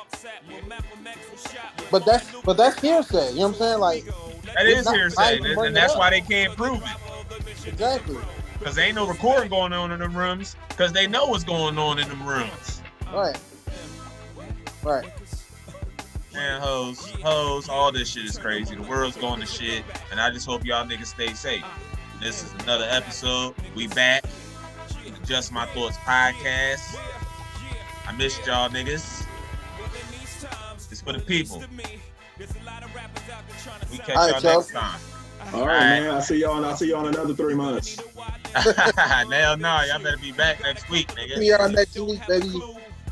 But that's but that's hearsay. You know what I'm saying? Like
that
It's
is
not- I
hearsay,
even
and,
bring
and
it
that's
up.
why they can't prove it.
exactly.
Cause there ain't no recording going on in them rooms, cause they know what's going on in them rooms.
Right. Right.
Man, hoes, hoes, all this shit is crazy. The world's going to shit, and I just hope y'all niggas stay safe. This is another episode. We back. Just My Thoughts podcast. I missed y'all niggas. It's for the people. We catch
All right,
y'all
y'all.
next time.
All right, man. I see y'all, and I'll see y'all in another three months.
Hell no, y'all better be back next week, nigga.
See y'all next week, baby.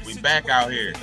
We back out here.